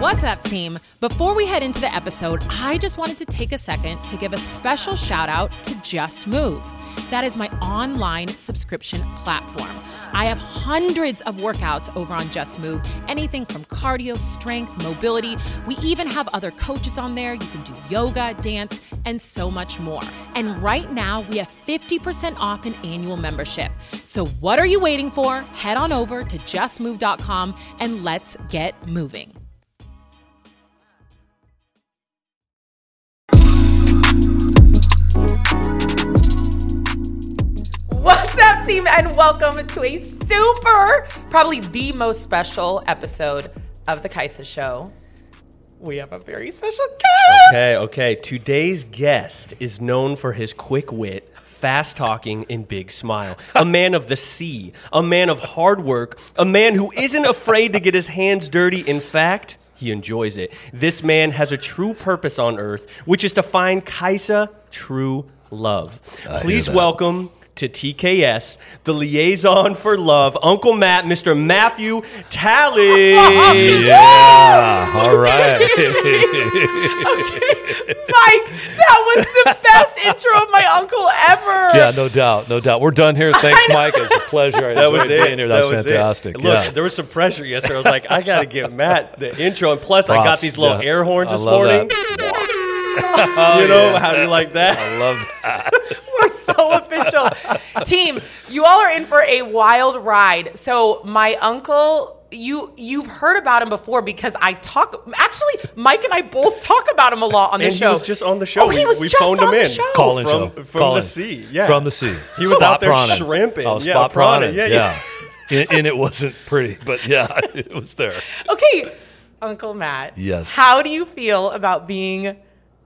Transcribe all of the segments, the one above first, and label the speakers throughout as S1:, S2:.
S1: What's up, team? Before we head into the episode, I just wanted to take a second to give a special shout out to Just Move. That is my online subscription platform. I have hundreds of workouts over on Just Move, anything from cardio, strength, mobility. We even have other coaches on there. You can do yoga, dance, and so much more. And right now, we have 50% off an annual membership. So, what are you waiting for? Head on over to justmove.com and let's get moving.
S2: What's up, team, and welcome to a super, probably the most special episode of The Kaisa Show. We have a very special guest.
S3: Okay, okay. Today's guest is known for his quick wit, fast talking, and big smile. A man of the sea, a man of hard work, a man who isn't afraid to get his hands dirty. In fact, he enjoys it. This man has a true purpose on earth, which is to find Kaisa true love. Please welcome to TKS, the liaison for love, Uncle Matt, Mr. Matthew Tally.
S4: Yeah. All right.
S2: Mike, that was the best intro of my uncle ever.
S4: yeah, no doubt. No doubt. We're done here. Thanks, Mike. It was a pleasure. I
S3: That was
S4: enjoyed
S3: it.
S4: being Here. That's
S3: That was it.
S4: fantastic.
S3: Look,
S4: Yeah.
S3: there was some pressure yesterday. I was like, I got to give Matt the intro. And plus, I got
S4: Props.
S3: these little
S4: Yeah.
S3: air horns
S4: I
S3: this
S4: love
S3: morning. you know, how do you like that?
S4: I love
S2: We're so official. Team, you all are in for a wild ride. So my uncle, you you've heard about him before because I talk actually Mike and I both talk about him a lot on the
S3: And
S2: show.
S3: he was just on the show.
S2: Oh, he
S3: We-
S2: was
S3: we
S2: just
S3: phoned
S2: on
S3: him
S2: the
S3: in.
S2: show.
S4: Colin
S3: From-
S4: show.
S3: from
S4: Colin.
S3: the sea, yeah.
S4: From the sea.
S3: He was
S4: Spot
S3: out there
S4: prawning.
S3: shrimping.
S4: Oh,
S3: Yeah,
S4: spot
S3: prawning.
S4: prawning.
S3: Yeah,
S4: Yeah.
S3: yeah.
S4: and, and it wasn't pretty, but yeah, it was there.
S2: Okay, Uncle Matt.
S4: Yes.
S2: How do you feel about being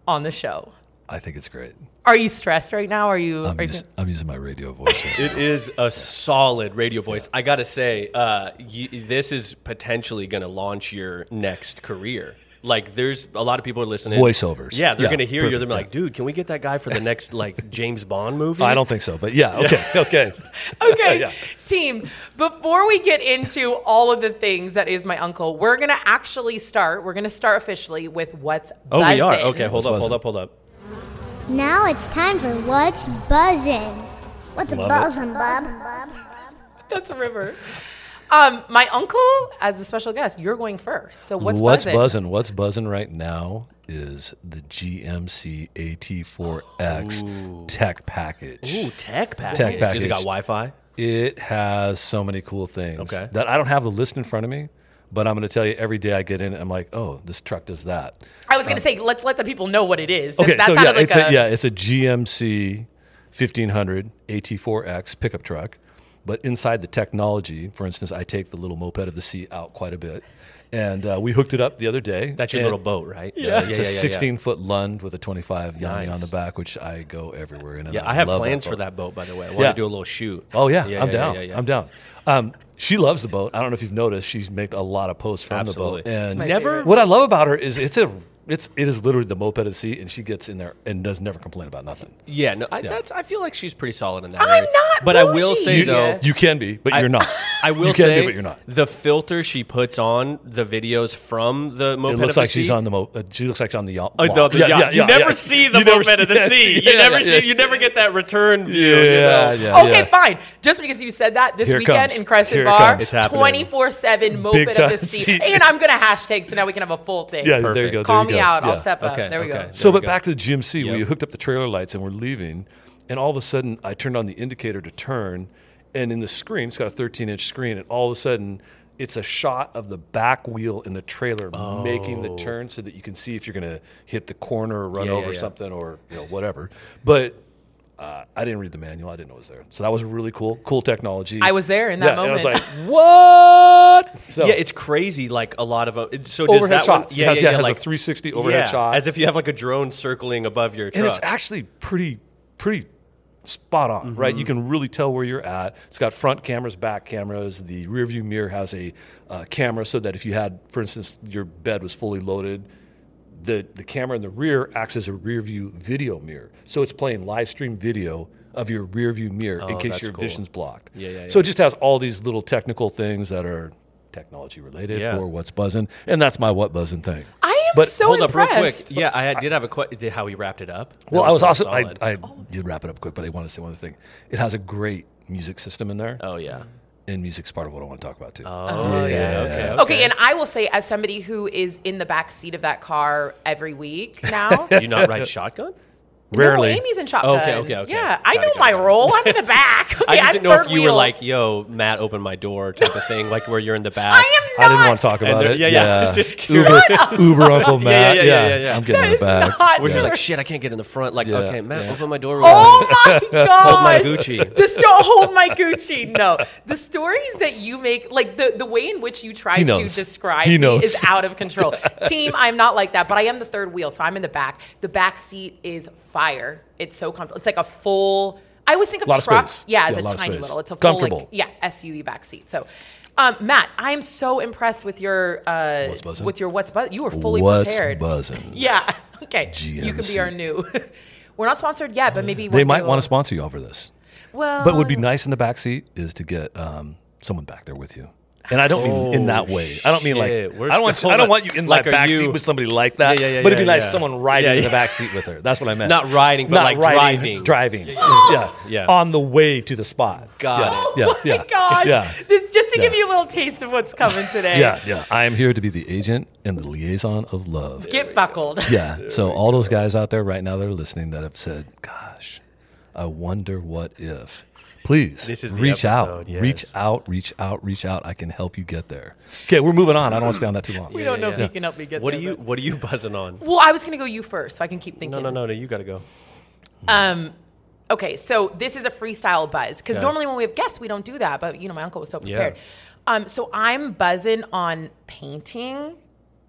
S2: on the show?
S4: I think it's great.
S2: Are you stressed right now? Are you?
S4: I'm,
S2: are you-
S4: us- I'm using my radio voice. here.
S3: It is a solid radio voice. I got to say, uh, you, this is potentially going to launch your next career. Like, there's a lot of people are listening.
S4: Voiceovers.
S3: Yeah, they're
S4: Yeah,
S3: going to hear you. They're
S4: perfect,
S3: gonna be like, dude, can we get that guy for the next, like, James Bond movie?
S4: I don't think so, but yeah, okay, okay.
S2: okay,
S4: Yeah.
S2: team. Before we get into all of the things that is my uncle, we're gonna actually start. We're gonna start officially with what's.
S3: Oh, we are.
S2: buzzin'.
S3: Okay, hold
S4: What's
S3: up, hold
S4: buzzing?
S3: up, hold up.
S5: Now it's time for what's buzzing. What's a buzzing, bub?
S2: That's a river. Um, my uncle, as a special guest, you're going first. So what's
S4: What's
S2: buzzing?
S4: buzzing? What's buzzing right now is the GMC AT4X tech package.
S3: Ooh, tech package.
S4: Tech
S3: Has it
S4: package.
S3: got Wi-Fi?
S4: It has so many cool things
S3: Okay.
S4: that I don't have the list in front of me, but I'm going to tell you every day I get in, I'm like, oh, this truck does that.
S2: I was gonna say let's let the people know what it is.
S4: Okay,
S2: That
S4: so yeah,
S2: sounded like
S4: it's
S2: a-
S4: a, yeah, it's a GMC 1500 AT4X pickup truck, but inside the technology, for instance, I take the little moped of the sea out quite a bit, and uh, we hooked it up the other day.
S3: That's your
S4: and-
S3: little boat, right?
S4: Yeah, it's a 16 foot Lund with a 25 Yanni
S3: Nice.
S4: on the back, which I go everywhere in. And
S3: Yeah, I have
S4: love
S3: plans for
S4: boat.
S3: that boat, by the way. I want
S4: Yeah.
S3: to do a little shoot.
S4: Oh yeah, I'm
S3: yeah,
S4: down.
S3: yeah, yeah.
S4: I'm down. Um, she loves the boat. I don't know if you've noticed. She's made a lot of posts from
S3: Absolutely.
S4: the boat. And
S2: my
S3: Never.
S2: favorite.
S4: what I love about her is it's a it's it is literally the moped at sea, and she gets in there and does never complain about nothing.
S3: Yeah, no. I, That's, I feel like she's pretty solid in that.
S2: I'm
S3: area.
S2: not
S3: But I will
S2: bougie.
S3: say
S4: You,
S3: though,
S4: you can be, but you're not.
S3: I will
S4: you can
S3: say,
S4: be, but you're not.
S3: The filter she puts on the videos from the
S4: It
S3: moped.
S4: looks
S3: of the
S4: like she's
S3: sea,
S4: on the mo- uh, she looks like she's on the yacht.
S3: Uh, no, the yacht. you never see the moped of the sea. You never see. You never get that return view.
S4: Yeah,
S3: you know?
S4: yeah,
S2: Okay,
S4: yeah.
S2: fine. Just because you said that this
S4: Here it
S2: weekend
S4: comes.
S2: in Crescent
S4: Here it
S2: Bar,
S4: comes. It's
S3: happening.
S2: twenty four seven moped of the
S4: time.
S2: sea, and I'm gonna hashtag so now we can have a full thing.
S4: Yeah, there you
S3: Perfect.
S4: go.
S2: Call
S4: there you
S2: me
S4: go.
S2: out. I'll
S4: Yeah.
S2: step up.
S3: Okay,
S2: there we
S3: okay.
S2: go.
S4: So,
S3: There we
S4: but
S3: go.
S4: back to the GMC where
S3: Yep.
S4: you hooked up the trailer lights and we're leaving, and all of a sudden I turned on the indicator to turn, and in the screen it's got a 13 inch screen, and all of a sudden it's a shot of the back wheel in the trailer making the turn so that you can see if you're going to hit the corner or run
S3: Oh. Yeah, yeah,
S4: over
S3: yeah.
S4: something or you know whatever. But uh, I didn't read the manual. I didn't know it was there. So that was really cool. Cool technology.
S2: I was there in that
S4: Yeah, and I was
S2: moment.
S4: like, what? So
S3: Yeah, it's crazy. Like a lot of uh, so does
S4: overhead
S3: that one-
S4: shot.
S3: Yeah,
S4: has,
S3: yeah, yeah,
S4: has
S3: like
S4: a 360 overhead
S3: yeah,
S4: shot.
S3: as if you have like a drone circling above your
S4: and
S3: truck.
S4: it's actually pretty pretty spot on right
S3: Mm-hmm.
S4: you can really tell where you're at it's got front cameras back cameras the rear view mirror has a uh, camera so that if you had for instance your bed was fully loaded the, the camera in the rear acts as a rear view video mirror so it's playing live stream video of your rear view mirror in case
S3: Oh, that's
S4: your
S3: cool.
S4: vision's blocked
S3: yeah,
S4: so it just has all these little technical things that are technology related
S3: Yeah.
S4: for what's buzzing, and that's my what buzzing thing.
S2: I am
S4: But
S2: so
S3: Hold
S2: impressed.
S3: up, real quick. Yeah, I had- did have a question. How he wrapped it up. That
S4: Well, I was
S3: really
S4: also I,
S3: solid.
S4: I did wrap it up quick, but I want to say one other thing. It has a great music system in there,
S3: oh yeah.
S4: and music's part of what I want to talk about too.
S3: Oh yeah. Okay. okay.
S2: Okay, and I will say, as somebody who is in the back seat of that car every week now,
S3: you not ride shotgun?
S4: Rarely,
S2: No, Amy's in shotgun.
S3: Okay, okay, okay.
S2: Yeah, I
S3: Got it,
S2: know
S3: got
S2: my
S3: it.
S2: role. I'm in the back. Okay,
S3: I just
S2: I'm
S3: didn't know if
S2: third
S3: you were
S2: wheel.
S3: like, "Yo, Matt, open my door" type of thing, like where you're in the back.
S2: I am not.
S4: I didn't want to talk
S3: And
S4: about
S3: they're-
S4: it.
S3: yeah, yeah, it's just
S4: Uber, Uber Uncle Matt.
S3: yeah,
S4: Yeah,
S3: yeah, yeah, yeah.
S4: I'm getting it
S2: That is
S4: back.
S2: not
S3: We're
S2: true.
S3: just like, "Shit, I can't get in the front." Like,
S4: Yeah.
S3: okay, Matt, open my door.
S2: Oh my god!
S3: Hold my Gucci.
S2: Just don't hold my Gucci. No, the stories that you make, like the the way in which you try
S4: He
S2: to
S4: knows.
S2: describe
S4: He
S2: me
S4: knows.
S2: is out of control. Team, I'm not like that, but I am the third wheel, so I'm in the back. The back seat is fire. It's so comfortable. It's like a full. I always think of
S4: Lot of
S2: trucks,
S4: space.
S2: yeah, as
S4: Yeah, lot
S2: a
S4: of
S2: tiny
S4: space.
S2: little. It's a Full,
S4: Comfortable.
S2: like, yeah, SUV back seat. So. Um, Matt, I am so impressed with your uh,
S4: What's buzzing?
S2: with your what's bu- You were fully
S4: What's
S2: prepared.
S4: buzzing?
S2: Yeah. Okay. You could be our
S4: GMC.
S2: new. We're not sponsored yet, but maybe
S4: They
S2: one
S4: might
S2: day
S4: want to
S2: we'll-
S4: sponsor you all for this.
S2: Well,
S4: But what would be nice in the back seat is to get um, someone back there with you. And I don't mean in that way. I don't mean
S3: Oh, shit.
S4: like
S3: Where's-
S4: I don't want you,
S3: hold
S4: I don't
S3: on.
S4: want you in
S3: Like,
S4: like
S3: are
S4: back seat
S3: you-
S4: with somebody like that.
S3: Yeah, yeah, yeah,
S4: but it'd be
S3: yeah,
S4: nice
S3: yeah.
S4: someone riding
S3: Yeah,
S4: in the
S3: yeah.
S4: back seat with her. That's what I meant.
S3: Not riding, but like driving.
S4: Driving. yeah.
S3: Yeah.
S4: On the way to the spot.
S3: Got
S4: yeah.
S3: it.
S4: Yeah.
S2: Oh
S4: yeah.
S2: my gosh!
S4: Yeah.
S2: This, just to give
S4: Yeah.
S2: you a little taste of what's coming today.
S4: Yeah, yeah. I am here to be the agent and the liaison of love.
S2: Get buckled.
S4: Yeah. So all those guys out there right now that are listening that have said, "Gosh, I wonder what if." Please
S3: This is the
S4: reach out,
S3: episode, yes.
S4: reach out, reach out, reach out. I can help you get there. Okay, we're moving on. I don't want to stay on that too long.
S2: We don't know if
S3: yeah.
S2: you can help me get
S3: What are
S2: there,
S3: you?
S2: but-
S3: What are you buzzing on?
S2: Well, I was going to go you first, so I can keep
S3: No,
S2: thinking.
S3: no, no, no. You got to go.
S2: Okay, so this is a freestyle buzz because
S3: Okay.
S2: normally when we have guests, we don't do that. But you know, my uncle was so
S3: Yeah.
S2: prepared. Um, so I'm buzzing on painting,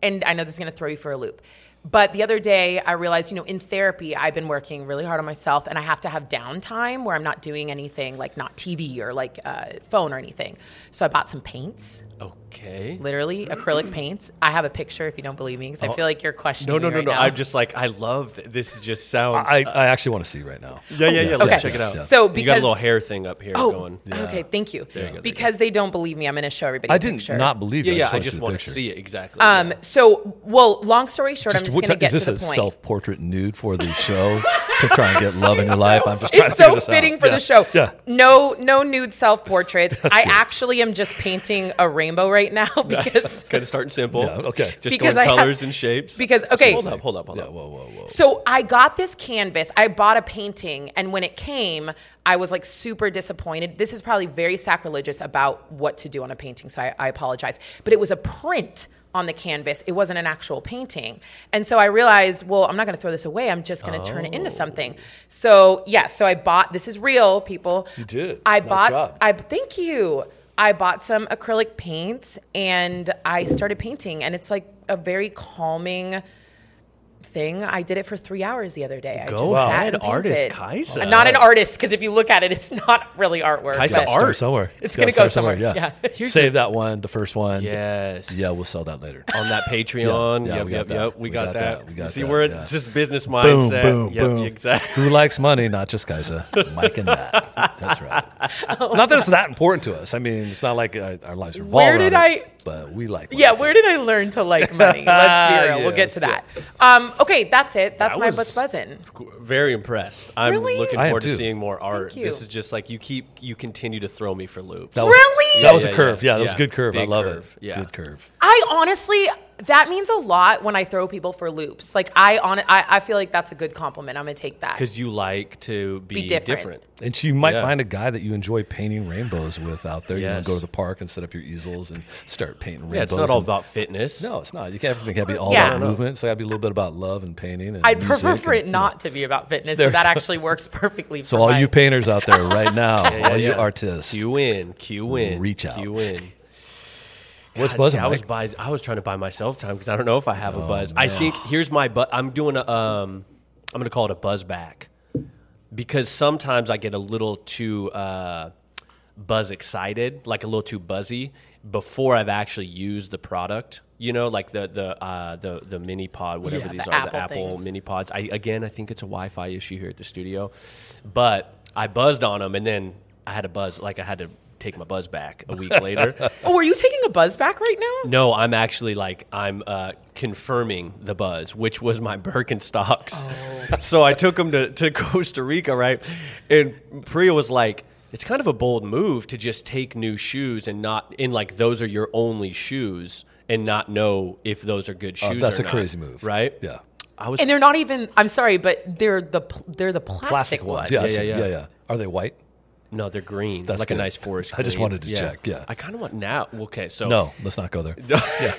S2: and I know this is going to throw you for a loop. But the other day, I realized, you know, in therapy, I've been working really hard on myself, and I have to have downtime where I'm not doing anything, like not TV or like uh, phone or anything. So I bought some paints,
S3: Okay.
S2: literally acrylic paints. I have a picture if you don't believe me, because I feel like you're questioning.
S3: Oh. No, no,
S2: me
S3: no,
S2: right
S3: no.
S2: now.
S3: I'm just like, I love th- this. Just sounds.
S4: I, I actually want to see right now.
S3: yeah, yeah, yeah. Let's
S2: Okay.
S3: check it out.
S2: So
S3: you got a
S2: because Oh,
S3: little hair thing up here going.
S2: okay, thank you. because they don't believe me, I'm going to show everybody.
S4: I
S2: the
S4: didn't
S2: picture.
S4: not believe.
S3: Yeah,
S4: you.
S3: yeah. I
S4: wanna
S3: just
S4: the
S3: want to
S4: picture.
S3: see it exactly.
S2: Um, so, well, long story short, I'm just
S4: what
S2: going to
S4: ti-
S2: get
S4: is this
S2: to the
S4: a
S2: point.
S4: self-portrait nude for the show to try and get love in your life? I'm just trying
S2: it's
S4: to figure
S2: so
S4: this out.
S2: fitting for
S4: Yeah.
S2: the show.
S4: Yeah.
S2: No, no nude self portraits. I actually am just painting a rainbow right now because
S3: kind of starting simple.
S4: Yeah, okay.
S3: Just
S2: Because
S3: going
S2: I have-
S3: colors and shapes.
S2: because okay.
S3: hold up, hold up, hold
S4: Yeah,
S3: up.
S4: whoa, whoa, whoa.
S2: So I got this canvas. I bought a painting, and when it came, I was like super disappointed. This is probably very sacrilegious about what to do on a painting, so I, I apologize. But it was a print on the canvas. It wasn't an actual painting, and so I realized, well, I'm not going to throw this away. I'm just going to turn it into
S4: Oh.
S2: something. So yeah, so I bought. This is real, people. You
S4: did.
S2: I
S4: Nice
S2: bought.
S4: job.
S2: I thank you. I bought some acrylic paints and I started painting, and it's like a very calming thing. I did it for three hours the other day. I
S3: Go
S2: just
S3: ahead,
S2: sat and
S3: artist
S2: painted.
S3: Kaisa.
S2: I'm not an artist because if you look at it, it's not really artwork.
S3: Kaisa art.
S2: but-
S4: Start somewhere.
S2: It's
S4: Yeah,
S2: gonna go
S4: start
S2: somewhere. Yeah.
S4: Yeah. Save that one, the first one.
S3: Yes.
S4: Yeah, we'll sell that later.
S3: On that Patreon.
S4: Yeah, yeah,
S3: yep,
S4: we
S3: yep,
S4: got
S3: yep.
S4: that.
S3: We got that.
S4: We got
S3: See,
S4: that,
S3: we're
S4: yeah.
S3: just business
S4: boom,
S3: mindset.
S4: boom,
S3: Yep,
S4: boom.
S3: Exactly.
S4: Who likes money? Not just guys. Uh, Mike and Matt. That's right. Not that it's that important to us. I mean, it's not like uh, our lives revolve
S2: Where did
S4: around it,
S2: I-
S4: But we like.
S2: Yeah,
S4: money,
S2: where
S4: too.
S2: did I learn to like money? Let's be real. We'll get to that. Um, okay, that's it. That's
S3: That
S2: my
S3: was-
S2: butts buzzing.
S3: Very impressed. I'm
S2: Really?
S3: looking
S4: I am
S3: forward to
S4: too.
S3: seeing more art.
S2: you.
S3: This is just like you keep you continue to throw me for loops.
S4: That was,
S2: Really?
S4: That was
S3: Yeah,
S4: a curve.
S3: yeah,
S4: Yeah, that was
S3: yeah.
S4: a good curve. I
S3: Big
S4: love
S3: curve.
S4: it.
S3: Yeah.
S4: Good curve.
S2: I honestly, that means a lot when I throw people for loops. Like I on, I, I feel like that's a good compliment. I'm gonna take that.
S3: Because you like to be,
S2: Be different.
S4: And you might
S3: Yeah.
S4: find a guy that you enjoy painting rainbows with out there. You
S3: Yes.
S4: know, go to the park and set up your easels and start painting rainbows.
S3: Yeah, it's not all
S4: and-
S3: about fitness.
S4: No, it's not. You can't, everything can't be all
S2: Yeah.
S4: about movement. So it got to be a little bit about love and painting. And
S2: I'd prefer
S4: music
S2: for
S4: and-
S2: it not to be about fitness.
S4: There
S2: so
S4: we
S2: that
S4: go.
S2: actually works perfectly.
S4: So
S2: for
S4: all
S2: my-
S4: you painters out there right now,
S3: Yeah,
S4: all you
S3: yeah.
S4: artists,
S3: Cue in. Cue in.
S4: Reach out.
S3: Cue in.
S4: what's
S3: God,
S4: buzzing?
S3: see, I was
S4: Mike? Oh,
S3: buy, I was trying to buy myself time because I don't know if I have a buzz. I think here's my buzz. I'm doing a um, I'm gonna call it a buzz back because sometimes I get a little too uh, buzz excited, like a little too buzzy before I've actually used the product. You know, like the the uh, the the mini pod, whatever
S2: Yeah,
S3: these
S2: the
S3: are, the
S2: Apple
S3: Apple
S2: things.
S3: mini pods. I again, I think it's a Wi-Fi issue here at the studio, but I buzzed on them and then I had a buzz, like I had to take my buzz back a week later.
S2: Oh, are you taking a buzz back right now?
S3: No, I'm actually like I'm uh, confirming the buzz, which was my Birkenstocks. So I took them to, to Costa Rica, right? And Priya was like, "It's kind of a bold move to just take new shoes and not in like those are your only shoes and not know if those are good shoes."
S4: Oh, that's
S3: or
S4: a
S3: not,"
S4: crazy move.
S3: right?
S4: Yeah.
S3: I was
S2: And they're not even. I'm sorry, but they're the pl- they're the plastic, ones.
S4: Yeah,
S3: Yeah, yeah,
S4: yeah,
S3: yeah.
S4: yeah, yeah. Are they white?
S3: no, they're green,
S4: That's
S3: like
S4: good.
S3: a nice forest.
S4: I just
S3: green.
S4: wanted to check, yeah.
S3: I kind of want now. Okay, so
S4: No, let's not go there.
S3: yeah.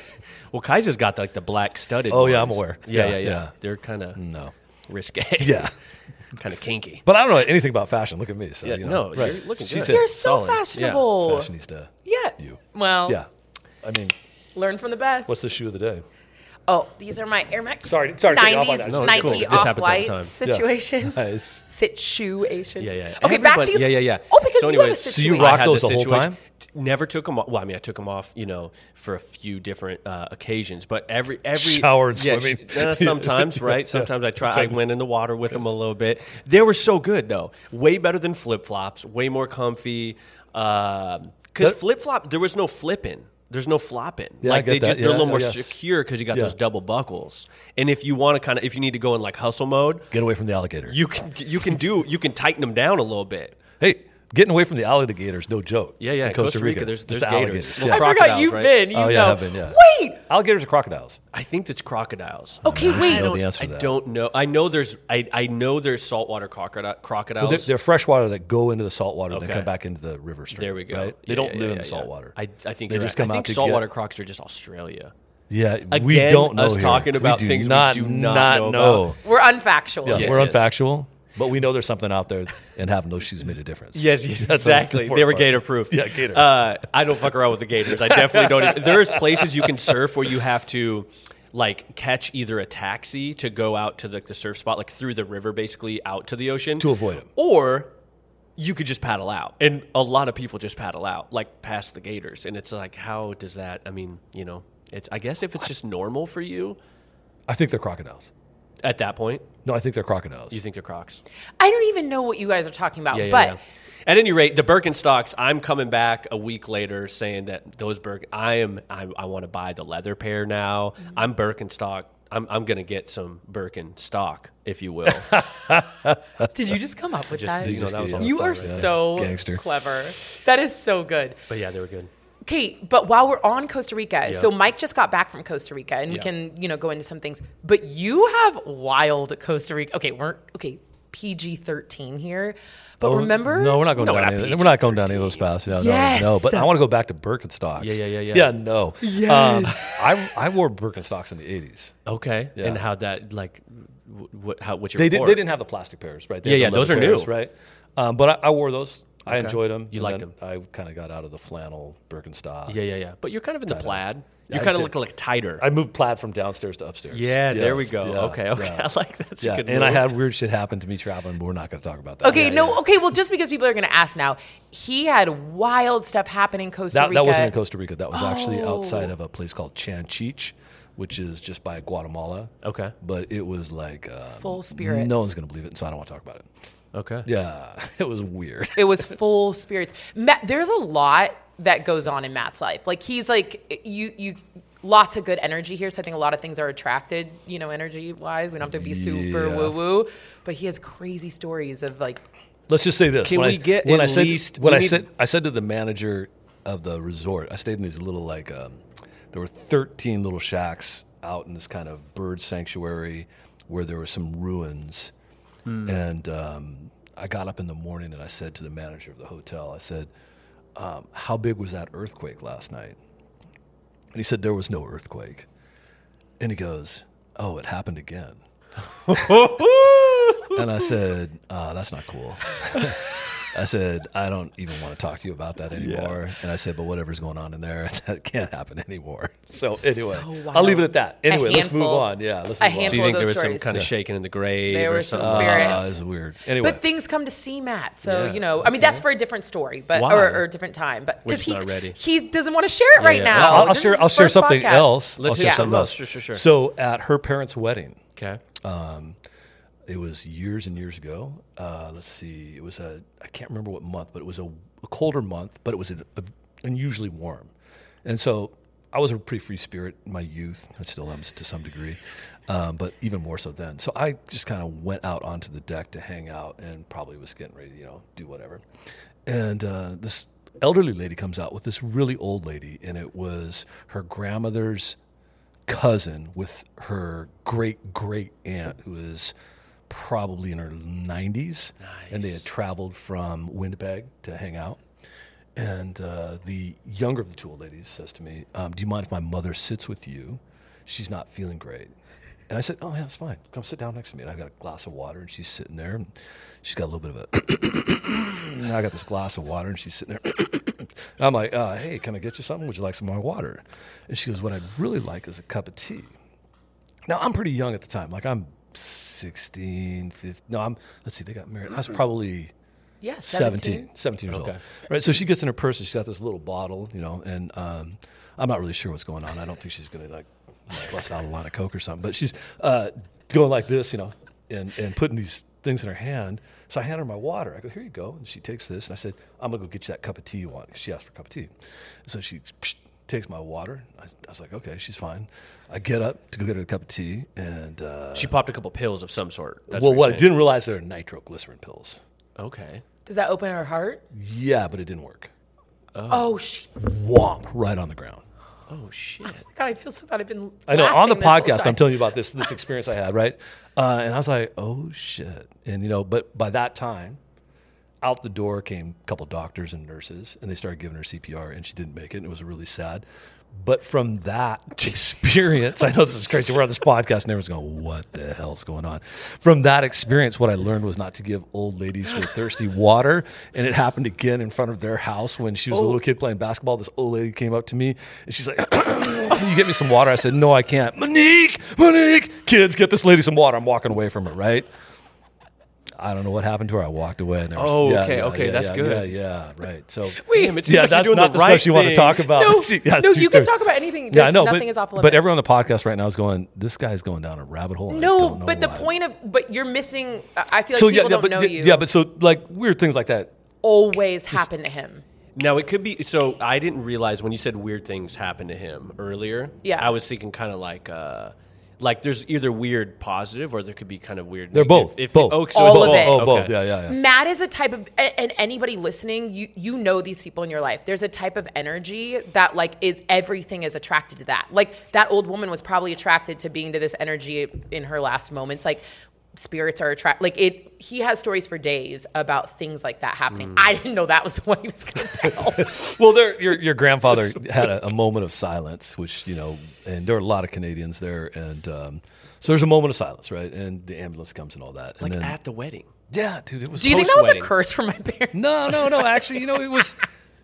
S3: Well, Kaiser's got like the black studded.
S4: Oh, yeah, I'm
S3: ones.
S4: aware.
S3: Yeah, yeah,
S4: Yeah,
S3: yeah.
S4: yeah.
S3: They're kind of
S4: No.
S3: risque.
S4: Yeah.
S3: kind of kinky.
S4: But I don't know anything about fashion. Look at me. So,
S3: Yeah,
S4: you know,
S3: no, you're looking
S4: She
S3: good.
S4: said
S2: You're so
S3: Solid. Yeah.
S2: fashionable.
S4: fashionista.
S2: Yeah.
S4: You.
S2: Well,
S4: Yeah. I mean,
S2: learn from the best.
S4: what's the shoe of the day?
S2: Oh, these are my Air Max.
S4: Sorry, sorry, take it off on
S2: 90s
S4: that.
S3: No, it's
S2: Nike
S3: cool. This happens all the time.
S2: off-white
S4: Yeah.
S2: situation.
S4: Nice.
S2: Situation.
S3: Yeah, yeah.
S2: Okay, back
S3: Everybody-
S2: to you.
S3: Yeah, yeah, yeah.
S2: Oh, because
S3: so
S2: you have a
S3: anyways,
S4: so you
S2: situation.
S4: rock
S3: I had
S4: those
S3: this
S4: the whole
S3: situation.
S4: time?
S3: Never took them off. Well, I mean, I took them off, you know, for a few different uh, occasions, but every every
S4: Shower and
S3: yeah,
S4: swimming.
S3: sh- uh, sometimes, right? Sometimes I try. I went in the water with them a little bit. They were so good though. Way better than flip flops. Way more comfy. Because
S4: That-
S3: flip flop, there was no flipping. There's no flopping.
S4: Yeah, I
S3: like
S4: get
S3: they
S4: that.
S3: just they're a
S4: Yeah,
S3: little more
S4: yes.
S3: secure because you got
S4: Yeah.
S3: those double buckles. And if you want to kind of if you need to go in like hustle mode,
S4: Get away from the alligator.
S3: you can you can do you can tighten them down a little bit.
S4: hey, getting away from the alligators, no joke.
S3: Yeah, yeah.
S4: In
S3: in Costa Rica, there's
S4: Just
S3: there's
S4: the
S3: gators.
S4: alligators.
S3: Little
S4: Yeah.
S2: I forgot
S3: crocodiles,
S2: you've
S3: right?
S2: been. You
S4: Oh,
S2: know.
S4: yeah, I have been, yeah.
S2: Wait.
S4: Alligators are crocodiles.
S3: I think it's crocodiles.
S2: Okay,
S4: I
S2: wait.
S4: know the answer
S3: I
S4: to that.
S3: don't know. I know there's I, I know there's saltwater crocodile, crocodiles.
S4: Well, they're, they're freshwater that go into the saltwater and
S3: Okay.
S4: then come back into the river stream.
S3: there we go.
S4: right? They
S3: Yeah,
S4: don't
S3: yeah,
S4: live in
S3: yeah,
S4: the
S3: yeah.
S4: saltwater.
S3: I, I think
S4: they
S3: you're
S4: just
S3: right.
S4: come
S3: I
S4: out
S3: think
S4: to
S3: saltwater
S4: get,
S3: crocs are just Australia.
S4: Yeah, we
S3: Again,
S4: don't know.
S3: us
S4: here.
S3: talking about
S4: we do
S3: things we
S4: not,
S3: do not know about.
S2: We're unfactual.
S4: Yeah,
S3: Yes,
S4: we're
S3: yes.
S4: unfactual, but we know there's something out there, and having those shoes made a difference.
S3: Yes, yes,
S4: the
S3: exactly.
S4: important
S3: They were
S4: part.
S3: gator proof.
S4: Yeah, gator.
S3: Uh, I don't fuck around with the gators. I definitely don't. Even, there's places you can surf where you have to like catch either a taxi to go out to the, the surf spot, like through the river, basically out to the ocean
S4: To avoid 'em.
S3: or you could just paddle out, and a lot of people just paddle out, like past the gators, and it's like, how does that? I mean, you know, it's. I guess if it's just normal for you
S4: I think they're crocodiles.
S3: at that point,
S4: No, I think they're crocodiles.
S3: you think they're crocs.
S2: I don't even know what you guys are talking about,
S3: Yeah, yeah,
S2: but
S3: yeah. At any rate, the Birkenstocks. I'm coming back a week later saying that those Birken. I am. I, I want to buy the leather pair now.
S2: Mm-hmm.
S3: I'm Birkenstock. I'm. I'm gonna get some Birkenstock, if you will.
S2: did you just come up with that?
S3: you know, that was on the
S2: you
S3: phone,
S2: are
S3: right?
S2: so
S4: Gangster.
S2: clever. That is so good.
S3: But yeah, they were good.
S2: Okay, but while we're on Costa Rica, so Mike just got back from Costa Rica, and we
S3: Yeah.
S2: can you know go into some things. But you have wild Costa Rica. Okay, we're okay PG thirteen here, but
S4: Oh,
S2: remember?
S4: No, we're not going
S3: No, we're
S4: down.
S3: not
S4: any, of-
S3: PG-13.
S4: we're not going down any of those paths. Yeah,
S2: Yes.
S4: no, no. But I want to go back to Birkenstocks.
S3: Yeah, yeah, yeah, yeah.
S4: Yeah, no. Yes. I I wore Birkenstocks in the '80s.
S3: Okay.
S4: Yeah.
S3: And how that like, wh- what? How? What's your?
S4: They did.
S3: report?
S4: They didn't have the plastic pairs, right? They
S3: Yeah,
S4: had the
S3: yeah, those
S4: leather
S3: are new.
S4: pairs, right? Um, but I, I wore those. I enjoyed them.
S3: You
S4: and
S3: liked
S4: then I kind of got out of the flannel Birkenstock.
S3: Yeah, yeah, yeah. But you're kind of in the plaid. You
S4: I
S3: kind of
S4: did.
S3: look like tighter.
S4: I moved plaid from downstairs to upstairs.
S3: yeah,
S4: Yes,
S3: There we go.
S4: yeah,
S3: okay. Okay.
S4: yeah.
S3: I like that. That's
S4: Yeah,
S3: a good
S4: and I
S3: move.
S4: had weird shit happen to me traveling, but we're not going to talk about that.
S2: Okay, no, okay. Well, just because people are going to ask now, he had wild stuff happen in Costa
S4: that,
S2: Rica. Oh.
S4: that wasn't in Costa Rica. That was actually outside of a place called Chanchich, which is just by Guatemala.
S3: Okay.
S4: but it was like um,
S2: Full spirits.
S4: No one's going to believe it, so I don't want to talk about it.
S3: Okay.
S4: Yeah, it was weird.
S2: It was full spirits. Matt, there's a lot that goes on in Matt's life. Like he's like you you lots of good energy here. So I think a lot of things are attracted, you know, energy wise. We don't have to be super
S4: Yeah.
S2: woo woo. But he has crazy stories of like
S4: Let's just say this.
S3: Can
S4: when
S3: we
S4: I,
S3: get at
S4: when I said,
S3: least-
S4: What
S3: we
S4: I
S3: need-
S4: said, I said to the manager of the resort. I stayed in these little like um, there were thirteen little shacks out in this kind of bird sanctuary where there were some ruins,
S3: Hmm.
S4: and um, I got up in the morning and I said to the manager of the hotel, I said, um, "How big was that earthquake last night?" And he said, "There was no earthquake," and he goes, "Oh, it happened again." And I said, uh, that's not cool. I said, I don't even want to talk to you about that anymore. And I said, but whatever's going on in there, that can't happen anymore. So anyway, I'll leave it at that.
S2: A
S4: Anyway, let's move
S2: handful-
S4: on. Yeah, let's
S2: a
S4: move on.
S2: handful
S3: Do you think
S2: of
S3: there
S2: those
S3: was
S2: stories.
S3: some kind of shaking in the grave
S2: There
S3: or
S2: were some
S3: something?
S2: spirits.
S4: Uh, it's weird. Anyway,
S2: But things come to see Matt. So,
S3: Yeah,
S2: you know, I mean, that's for a different story, but
S3: Why?
S2: or, or a different time. But
S3: We're just
S2: because he,
S3: not ready.
S2: he doesn't want to share it right
S3: yeah.
S2: now.
S3: Well,
S4: I'll, I'll
S2: This
S4: share.
S2: is
S4: I'll
S2: his
S4: share
S2: first
S4: something
S2: podcast.
S4: else.
S3: Let's
S4: I'll
S3: hear
S4: share
S2: something
S3: else. Sure, sure, sure.
S4: So at her parents' wedding,
S3: Okay. Um,
S4: It was years and years ago. Uh, let's see. It was a I can't remember what month, but it was a, a colder month, but it was an, a, unusually warm. And so I was a pretty free spirit in my youth. I still am to some degree, um, but even more so then. So I just kind of went out onto the deck to hang out and probably was getting ready to you know do whatever. And uh, this elderly lady comes out with this really old lady, and it was her grandmother's cousin with her great great aunt who was probably in her 90s and they had traveled from winnipeg to hang out and uh, the younger of the two old ladies says to me um, do you mind if my mother sits with you she's not feeling great and i said oh yeah that's fine come sit down next to me and i've got a glass of water and she's sitting there and she's got a little bit of a and i got this glass of water and she's sitting there And I'm like, uh, hey, can I get you something? Would you like some more water? And she goes, what I'd really like is a cup of tea. Now, I'm pretty young at the time. Like, I'm 16, 15. No, I'm, let's see, they got married. I was probably
S2: Yeah,
S4: 17, 17 years old. Right. So she gets in her purse and she's got this little bottle, you know, and um, I'm not really sure what's going on. I don't think she's going to like bust out a line of Coke or something, but she's uh, going like this, you know, and, and putting these things in her hand. So I hand her my water. I go, here you go. And she takes this and I said, I'm going to go get you that cup of tea you want. 'cause She asked for a cup of tea. So she takes my water. I, I was like, okay, she's fine. I get up to go get her a cup of tea and, uh,
S3: She popped a couple pills of some sort. That's
S4: well,
S3: you're
S4: what I
S3: saying.
S4: didn't realize there are nitroglycerin pills.
S3: Okay.
S2: Does that open her heart?
S4: Yeah, but it didn't work.
S2: Oh, shit.
S4: womp right on the ground.
S3: Oh shit.
S2: God, I feel so bad. I've been.
S4: I know on the
S2: laughing this whole
S4: podcast, I'm
S2: time.
S4: telling you about this this experience I had, right? Uh, and I was like, oh shit, and you know, but by that time, out the door came a couple doctors and nurses, and they started giving her CPR, and she didn't make it, and it was really sad. But from that experience, I know this is crazy. We're on this podcast, and everyone's going, "What the hell's going on?" From that experience, what I learned was not to give old ladies who are thirsty water, and it happened again in front of their house when she was a
S2: Oh.
S4: little kid playing basketball. This old lady came up to me, and she's like, "Can you get me some water?" I said, "No, I can't." Monique, Monique, kids, get this lady some water. I'm walking away from her, right? I don't know what happened to her. I walked away. I never,
S3: Oh, okay, okay, that's
S4: yeah,
S3: good.
S4: Yeah, yeah, right. So,
S3: Damn, it seems
S4: yeah,
S3: like you're
S4: that's
S3: doing
S4: not
S3: the
S4: the,
S3: right
S4: stuff you want to
S3: thing.
S4: talk about.
S2: No,
S4: Yeah,
S2: no,
S4: true
S2: you can
S4: story.
S2: talk about anything.
S4: Yeah,
S2: There's
S4: I know,
S2: nothing
S4: but,
S2: is off limits.
S4: But everyone on the podcast right now is going, "This guy's going down a rabbit hole." and I
S2: No,
S4: don't know
S2: but the
S4: why."
S2: point of but you're missing. I I feel like
S4: So yeah,
S2: people
S4: yeah,
S2: don't
S4: but
S2: know
S4: yeah,
S2: you.
S4: yeah, but so like weird things like that.
S2: always happen to him.
S3: Now it could be. So I didn't realize when you said weird things happened to him earlier.
S2: Yeah.
S3: I was thinking kind of like, uh, like there's either weird positive or there could be kind of weird.
S4: They're
S3: negative.
S4: both. both.
S3: oh, so
S2: All
S3: it's
S2: of
S3: both.
S2: it.
S4: Oh,
S3: Okay.
S4: both. Yeah, yeah, yeah.
S2: Matt is a type of, a- and anybody listening, you you know these people in your life. There's a type of energy that like is everything is attracted to that. Like that old woman was probably attracted to being to this energy in her last moments. Like spirits are attracted. Like it, he has stories for days about things like that
S4: Hmm.
S2: happening. I didn't know that was the one he was going to tell.
S4: Well, there, your your grandfather had a, a moment of silence, which you know, and there are a lot of Canadians there, and um, so there's a moment of silence, right? And the ambulance comes and all that, and
S3: Like
S4: then
S3: at the wedding.
S4: yeah, dude, it was.
S2: Do you think that was a
S3: Post-wedding.
S2: curse from my parents?
S4: No, no, no. Actually, you know, it was.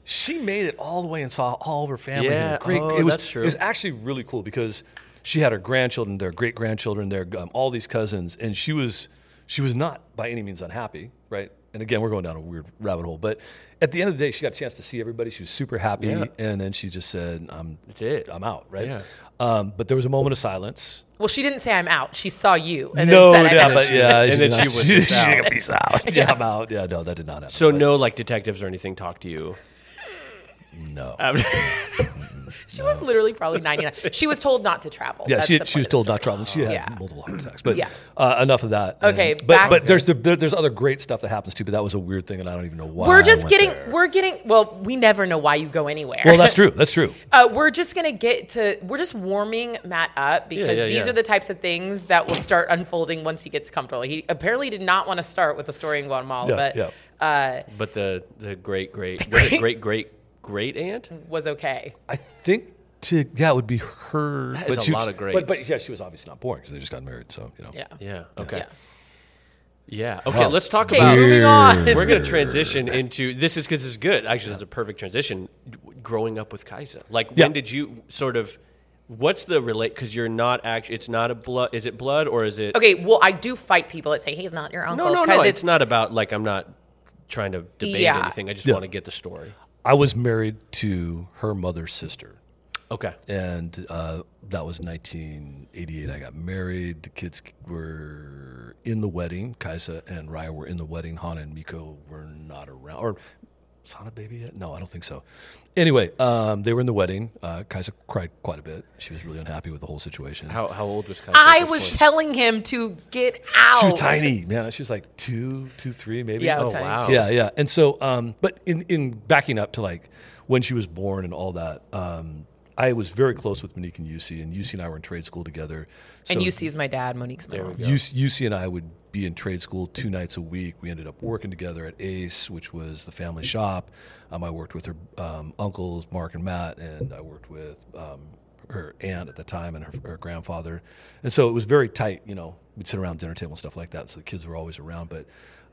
S4: She made it all the way and saw all of her family. and
S3: Yeah,
S4: her great,
S3: oh,
S4: it was,
S3: that's true.
S4: It was actually really cool because she had her grandchildren, their great grandchildren, their um, all these cousins, and she was she was not by any means unhappy, right? And again, we're going down a weird rabbit hole, but at the end of the day, she got a chance to see everybody. She was super happy, and then she just said, "I'm
S3: That's it.
S4: I'm out," right?
S3: Yeah.
S4: Um, but there was a moment of silence.
S2: Well, she didn't say I'm out. She saw you and
S4: no,
S2: then said
S4: yeah,
S2: I'm out.
S4: but yeah,
S3: And then she was
S4: she,
S3: just out.
S4: she- peace out. Yeah, I'm out. Yeah, no, that did not happen.
S3: So
S4: but
S3: no, like detectives or anything talk to you.
S4: no.
S2: She was literally probably 99. She was told not to travel.
S4: Yeah,
S2: That's
S4: she,
S2: the
S4: she
S2: point
S4: was
S2: of
S4: told
S2: the
S4: not traveling. She had
S2: Yeah.
S4: multiple heart attacks. But
S2: Yeah.
S4: uh, enough of that.
S2: Okay,
S4: but
S2: back-
S4: but there's the, there, there's other great stuff that happens too. But that was a weird thing, and I don't even know why.
S2: We're
S4: I
S2: just
S4: went
S2: getting,
S4: there.
S2: we're getting, well, we never know why you go anywhere.
S4: Well, that's true. That's true.
S2: uh, we're just going to get to, we're just warming Matt up because
S3: yeah,
S2: these
S3: yeah.
S2: are the types of things that will start unfolding once he gets comfortable. He apparently did not want to start with the story in Guatemala,
S4: Yeah,
S2: but uh,
S4: yeah.
S3: But the the great great was it great great great aunt.
S2: was okay.
S4: I think to yeah, it would be her.
S3: That
S4: but
S3: is a
S4: she-
S3: lot of greats.
S4: But, but yeah, she was obviously not born because they just got married. So you know.
S2: Yeah.
S3: Yeah. Okay.
S2: Yeah.
S3: Yeah. Okay. Let's talk
S2: Okay,
S3: about.
S2: moving on.
S3: We're going to transition into this is because it's good. Actually, that's a perfect transition. Growing up with Kaisa, like
S4: Yeah.
S3: when did you sort of? What's the relate? Because you're not actually. It's not a blood. Is it blood or is it?
S2: Okay, well, I do fight people that say he's not your uncle
S3: No, no, no.
S2: because
S3: It's,
S2: it's
S3: not about like I'm not trying to debate
S2: Yeah.
S3: anything. I just want to get the story.
S4: I was married to her mother's sister.
S3: Okay.
S4: and uh, that was 1988. I got married. The kids were in the wedding. Kaisa and Raya were in the wedding. Hana and Miko were not around. Or was Hana a baby yet? No, I don't think so. Anyway, um, they were in the wedding. Uh, Kaisa cried quite a bit. She was really unhappy with the whole situation.
S3: How, how old was Kyle?
S2: I was telling him to get out.
S4: too tiny, man. She was like two, two, three, maybe.
S2: Yeah, I was
S3: Oh,
S2: tiny.
S3: wow.
S4: Yeah, yeah. And so, um, but in, in backing up to like when she was born and all that, um, I was very close with Monique and UC, and UC and I were in trade school together. So
S2: And UC is my dad. Monique's my mom.
S4: UC, UC and I would be in trade school two nights a week. We ended up working together at Ace, which was the family shop. Um, I worked with her um, uncles, Mark and Matt, and I worked with um, her aunt at the time and her, her grandfather. And so it was very tight. You know, we'd sit around dinner table and stuff like that. So the kids were always around. But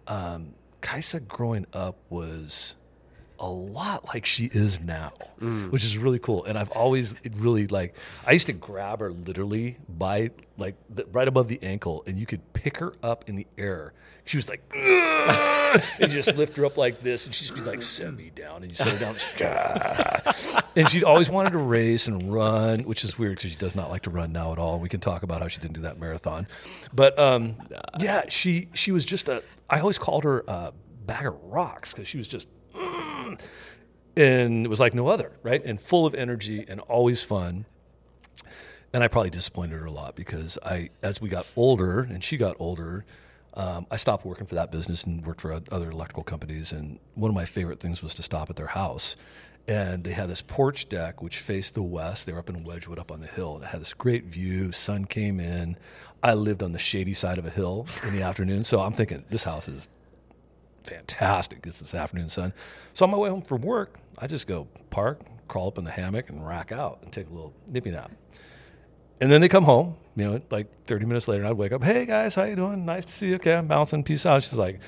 S4: um, Kaisa growing up was a lot like she is now, which is really cool. And I've always really like I used to grab her literally by like the, right above the ankle, and you could pick her up in the air. She was like, "Ugh," and you just lift her up like this, and she'd just be like, "Set me down," and you set her down. and she'd, "Ah." and she'd always wanted to race and run, which is weird because she does not like to run now at all. We can talk about how she didn't do that marathon, but um, yeah, she she was just a. I always called her a bag of rocks because she was just mm, and it was like no other, right? And full of energy and always fun. And I probably disappointed her a lot because I, as we got older and she got older, um, I stopped working for that business and worked for other electrical companies. And one of my favorite things was to stop at their house. And they had this porch deck which faced the west. They were up in Wedgewood, up on the hill. And it had this great view. Sun came in. I lived on the shady side of a hill in the afternoon. So I'm thinking, this house is fantastic. It's this afternoon sun. So on my way home from work, I just go park, crawl up in the hammock, and rack out and take a little nippy nap. And then they come home, you know, like 30 minutes later, and I'd wake up, hey guys, how you doing? Nice to see you. Okay, I'm bouncing. Peace out. She's like,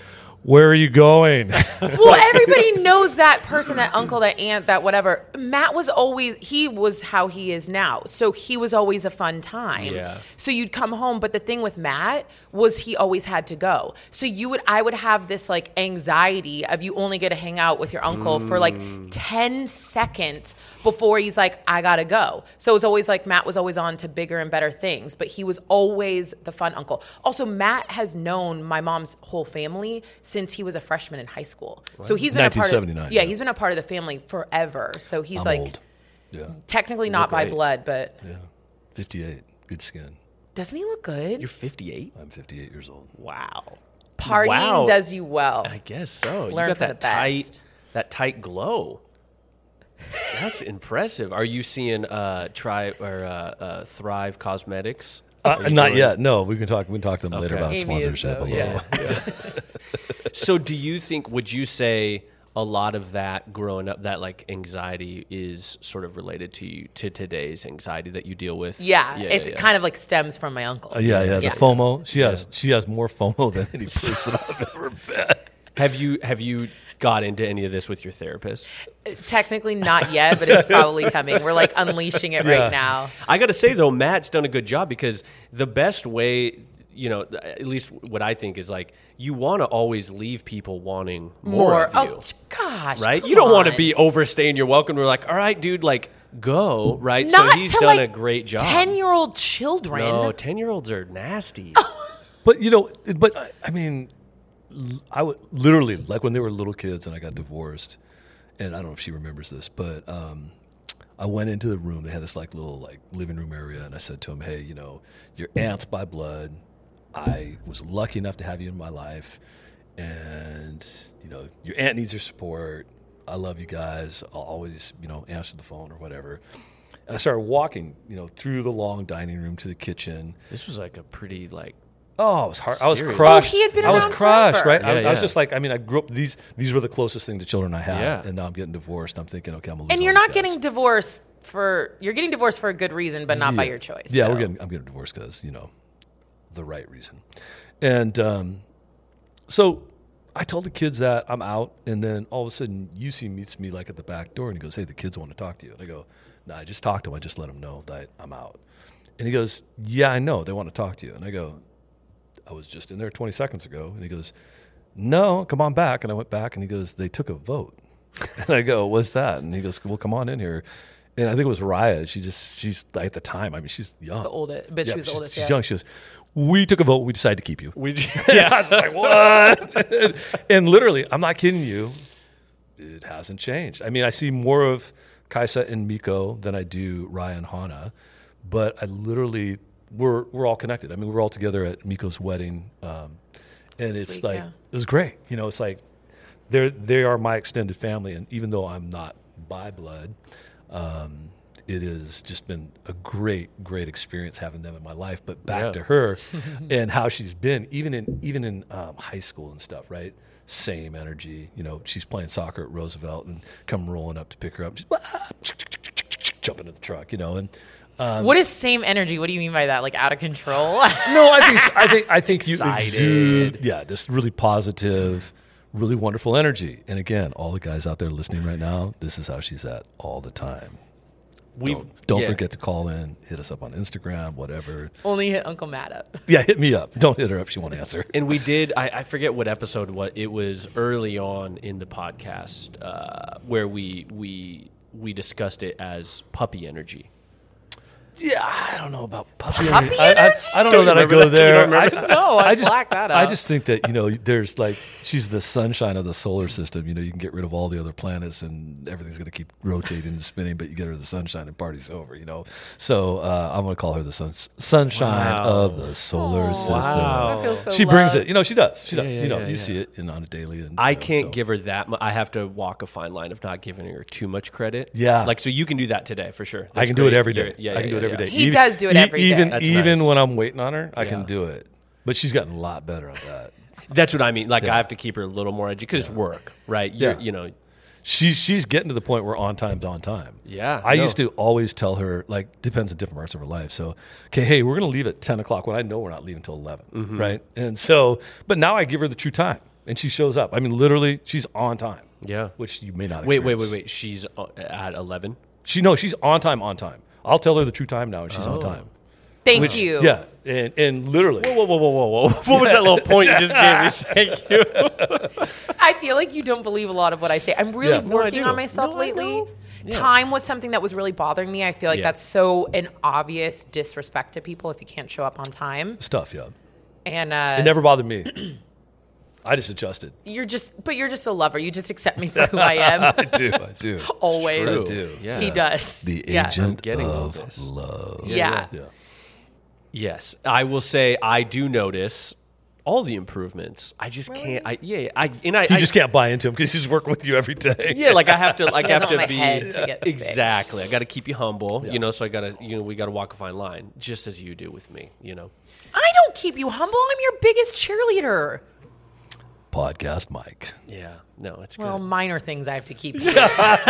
S4: where are you going?
S2: Well, everybody knows that person, that uncle, that aunt, that whatever. Matt was always he was how he is now. So he was always a fun time.
S3: Yeah.
S2: So you'd come home, but the thing with Matt was he always had to go. So you would I would have this like anxiety of you only get to hang out with your uncle for like 10 seconds before he's like I got to go. So it was always like Matt was always on to bigger and better things, but he was always the fun uncle. Also Matt has known my mom's whole family since he was a freshman in high school. So he's been a part
S4: 1979,
S2: of Yeah,
S4: yeah.
S2: he's been a part of the family forever. So he's
S4: I'm
S2: like
S4: old. Yeah,
S2: technically not by
S3: great.
S2: blood, but
S4: 58. Good skin.
S2: doesn't he look good?
S3: You're 58?
S4: I'm 58 years old.
S3: Wow.
S2: Partying
S3: Wow.
S2: does you well.
S3: I guess so.
S2: Learn
S3: you got
S2: from
S3: that
S2: the
S3: tight,
S2: best.
S3: that tight glow. That's impressive. Are you seeing uh, try or uh, uh, Thrive Cosmetics?
S4: Uh, not yet. No, we can talk. We can talk to them later about
S2: Amy is,
S4: sponsorship
S2: though,
S4: a little.
S2: yeah.
S3: Oh, So, do you think? Would you say a lot of that growing up, that like anxiety, is sort of related to you to today's anxiety that you deal with?
S2: Yeah, it
S3: yeah.
S2: kind of like stems from my uncle.
S4: Uh, yeah, yeah. The
S2: Yeah.
S4: FOMO. She has. She has more FOMO than any person I've ever met.
S3: Have you have you got into any of this with your therapist?
S2: Technically not yet, but it's probably coming. We're like unleashing it right now.
S3: I got to say though, Matt's done a good job because the best way, you know, at least what I think is like you want to always leave people wanting more, of you,
S2: oh t- gosh,
S3: right?
S2: come
S3: You don't want to
S2: on.
S3: be overstaying your welcome. We're like, all right, dude, like go, right?
S2: Not
S3: so he's
S2: to,
S3: done
S2: like,
S3: a great job.
S2: Ten-year-old children.
S3: no, ten year olds are nasty.
S2: Oh.
S4: But you know, but I- I mean, l- I would literally like when they were little kids and I got divorced, and I don't know if she remembers this, but um, I went into the room. They had this like little like living room area, and I said to him, "Hey, you know, your aunt's by blood. I was lucky enough to have you in my life, and you know, your aunt needs your support. I love you guys. I'll always, you know, answer the phone or whatever." And I started walking, you know, through the long dining room to the kitchen.
S3: this was like a pretty like
S4: Oh, it was hard. I was
S3: Serious.
S4: crushed.
S2: Oh, he had been
S4: I was
S2: around
S4: crushed,
S2: forever.
S4: right? I,
S3: Yeah,
S4: I was
S3: yeah.
S4: just like, I mean, I grew up. These these were the closest thing to children I had,
S3: Yeah.
S4: and now I'm getting divorced. I'm thinking, okay, I'm gonna lose
S2: and you're
S4: all these
S2: not getting
S4: guys.
S2: divorced for you're getting divorced for a good reason, but not by
S4: Yeah.
S2: your choice.
S4: Yeah,
S2: so.
S4: we're getting. I'm getting divorced because you know, the right reason, and um, so I told the kids that I'm out, and then all of a sudden, UC meets me like at the back door, and he goes, "Hey, the kids want to talk to you." And I go, "No, I just talked to them. I just let them know that I'm out." And he goes, "Yeah, I know. They want to talk to you." And I go, I was just in there 20 seconds ago. And he goes, No, come on back. And I went back and he goes, They took a vote. And I go, What's that? And he goes, Well, come on in here. and I think it was Raya. She just she's like, at the time. I mean, she's young. The
S2: oldest- but she was the oldest,
S4: She's
S2: yeah.
S4: young. She goes. We took a vote. We decided to keep you.
S3: We,
S4: yeah, I was like, what? and literally, I'm not kidding you. It hasn't changed. I mean, I see more of Kaisa and Miko than I do Ryan Hana, but I literally we're we're all connected. I mean, we're all together at Miko's wedding, um, and it's
S2: Sweet,
S4: like
S2: yeah.
S4: it was great. You know, it's like they're they are my extended family, and even though I'm not by blood. Um, it has just been a great, great experience having them in my life. But back
S3: Yeah.
S4: to her and how she's been, even in even in um, high school and stuff, right? Same energy. You know, she's playing soccer at Roosevelt and come rolling up to pick her up. She's "Ah," jumping in the truck, you know, and
S2: what is same energy? What do you mean by that? Like out of control?
S4: No, I think it's- I think I think you
S3: Excited.
S4: exude yeah, this really positive, really wonderful energy. And again, all the guys out there listening right now, this is how she's at all the time.
S3: we
S4: Don't, don't forget to call in, hit us up on Instagram, whatever.
S2: Only hit Uncle Matt up.
S4: Yeah, hit me up. Don't hit her up; she won't answer.
S3: And we did. I, I forget what episode. What it was early on in the podcast uh, where we we we discussed it as puppy energy.
S4: Yeah, I don't know about puppy,
S2: Puppy
S4: I, I, I don't, know that I go there. I,
S2: No, I
S4: just
S2: blacked that
S4: I
S2: out.
S4: just think that you know, there's like she's the sunshine of the solar system. You know, you can get rid of all the other planets, and everything's going to keep rotating and spinning. But you get her the sunshine, and party's over. You know, so uh, I'm going to call her the sun, sunshine of the
S2: Oh,
S4: solar system.
S2: I feel so
S4: She brings
S2: loved.
S4: it. You know, she does. She does.
S3: yeah,
S4: you know,
S3: yeah,
S4: you
S3: yeah.
S4: see it in, on a daily. And,
S3: I
S4: you know,
S3: can't
S4: so-
S3: give her that. Mu- I have to walk a fine line of not giving her too much credit.
S4: Yeah.
S3: like so you can do that today for sure.
S4: I
S3: That's
S4: can do
S3: great.
S4: it every
S3: You're-
S4: day. I can do it every day.
S2: He does do it every day.
S4: even,
S3: That's
S4: even
S3: nice.
S4: when I'm waiting on her, I can do it. But she's gotten a lot better at that.
S3: That's what I mean. Like I have to keep her a little more educated because it's work, right? You're-
S4: Yeah.
S3: you know.
S4: She's she's getting to the point where on time's on time.
S3: Yeah,
S4: I
S3: no.
S4: used to always tell her like depends on different parts of her life. So okay, hey, we're gonna leave at ten o'clock when I know we're not leaving till 11
S3: Mm-hmm.
S4: right? And so, but now I give her the true time, and she shows up. I mean, literally, she's on time.
S3: Yeah.
S4: which you may not.
S3: Wait, wait,
S4: experience.
S3: wait, wait. She's uh, at eleven.
S4: She no, she's on time, on time. I'll tell her the true time now, and she's
S3: Oh.
S4: on time.
S2: Thank you.
S4: Yeah, and and literally,
S3: Whoa, whoa, whoa, whoa, whoa! What was that little point you just gave me? Thank you.
S2: I feel like you don't believe a lot of what I say. I'm really
S4: Yeah. No,
S3: I
S2: working
S3: do.
S2: on myself
S3: No, I
S2: lately.
S3: know. Yeah.
S2: Time was something that was really bothering me. I feel like
S3: Yeah.
S2: that's so an obvious disrespect to people if you can't show up on time.
S4: stuff. Yeah,
S2: And
S4: it
S2: uh,
S4: never bothered me. I just adjusted.
S2: you're just, but you're just a lover. You just accept me for who I am.
S4: I do. I do.
S2: Always.
S4: I do.
S3: Yeah.
S2: He does.
S4: The
S2: Yeah.
S4: agent
S3: getting all
S4: of
S3: this.
S4: love.
S2: Yeah.
S4: Yeah.
S3: Yes, I will say I do notice all the improvements. I just can't. I yeah, I and I,
S4: You
S3: I
S4: just can't buy into him because he's working with you every day.
S3: yeah, like I have to like I have to
S2: doesn't want
S3: be
S2: my head to get too big.
S3: exactly. I got to keep you humble, you know. So I got to you know we got to walk a fine line, just as you do with me, you know.
S2: I don't keep you humble. I'm your biggest cheerleader.
S4: Podcast Mike.
S3: Yeah, no, it's
S2: Well,
S3: good.
S2: minor things I have to keep. Podcast.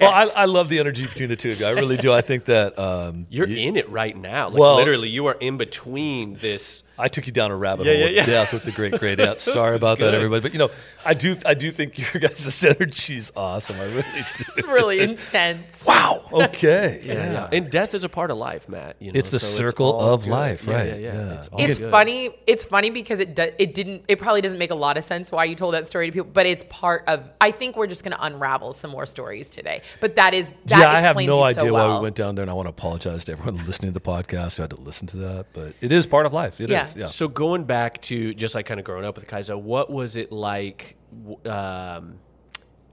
S4: Well, I, I love the energy between the two of you. I really do. I think that um,
S3: You're in it right now. Like
S4: Well-
S3: literally, you are in between this.
S4: I took you down a rabbit
S3: Yeah,
S4: hole
S3: yeah,
S4: of
S3: yeah.
S4: death with the great great aunt. Sorry about that,
S3: good.
S4: everybody. But you know, I do I do think your guys' energy's awesome. I really do.
S2: It's really intense.
S4: Wow. Okay. Yeah.
S3: and death is a part of life, Matt. You know,
S4: It's the
S3: so
S4: circle
S3: all
S4: of
S3: good.
S4: life,
S3: Yeah,
S4: right,
S3: Yeah, yeah.
S4: yeah.
S3: It's, all
S2: It's
S3: good.
S2: funny. It's funny because it do, it didn't. It probably doesn't make a lot of sense why you told that story to people, but it's part of. I think we're just going to unravel some more stories today. But that is that
S4: yeah, I have
S2: explains
S4: no
S2: you so
S4: idea
S2: well.
S4: why we went down there, and I want to apologize to everyone listening to the podcast who had to listen to that. But it is part of life. It is.
S2: Yeah.
S4: yeah.
S3: So going back to just like kind of growing up with Kaiza, what was it like? w- Um,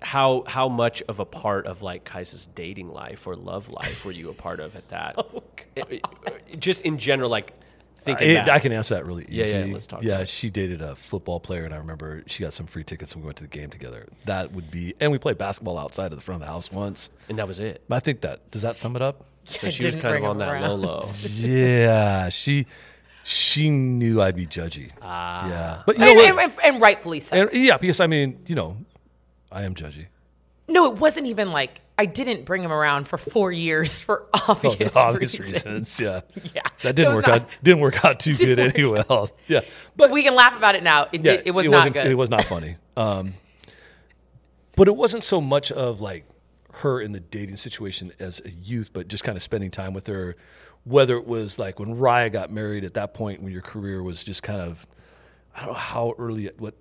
S3: how how much of a part of like Kaiza's dating life or love life were you a part of at that?
S4: Oh,
S3: I- I- just in general, like thinking.
S4: It-
S3: back.
S4: I can answer that really
S3: Yeah,
S4: easy.
S3: yeah, let's talk
S4: Yeah,
S3: about it.
S4: she dated a football player, and I remember she got some free tickets, and we went to the game together. That would be, and we played basketball outside of the front of the house once.
S3: and that was it.
S4: But I think that does that sum it up.
S3: So she was
S2: didn't
S3: kind of
S2: bring
S3: on
S2: him
S3: that low
S2: around.
S3: low.
S4: yeah, she she knew I'd be judgy. yeah, but you know
S2: And,
S4: what?
S2: and, and, and rightfully so.
S4: And- yeah, because I mean, you know, I am judgy.
S2: no, it wasn't even like I didn't bring him around for four years for
S4: Oh,
S2: obvious,
S4: the obvious reasons.
S2: reasons.
S4: Yeah,
S2: Yeah.
S4: That didn't
S2: That was
S4: work
S2: not-
S4: out. Didn't work out too good
S2: Didn't
S4: anyway. yeah,
S2: But we can laugh about it now. It,
S4: yeah,
S2: did, it was not
S4: wasn't-
S2: good.
S4: It was not funny. Um, but it wasn't so much of like her in the dating situation as a youth, but just kind of spending time with her. Whether it was like when Raya got married at that point, when your career was just kind of, I don't know how early, it- what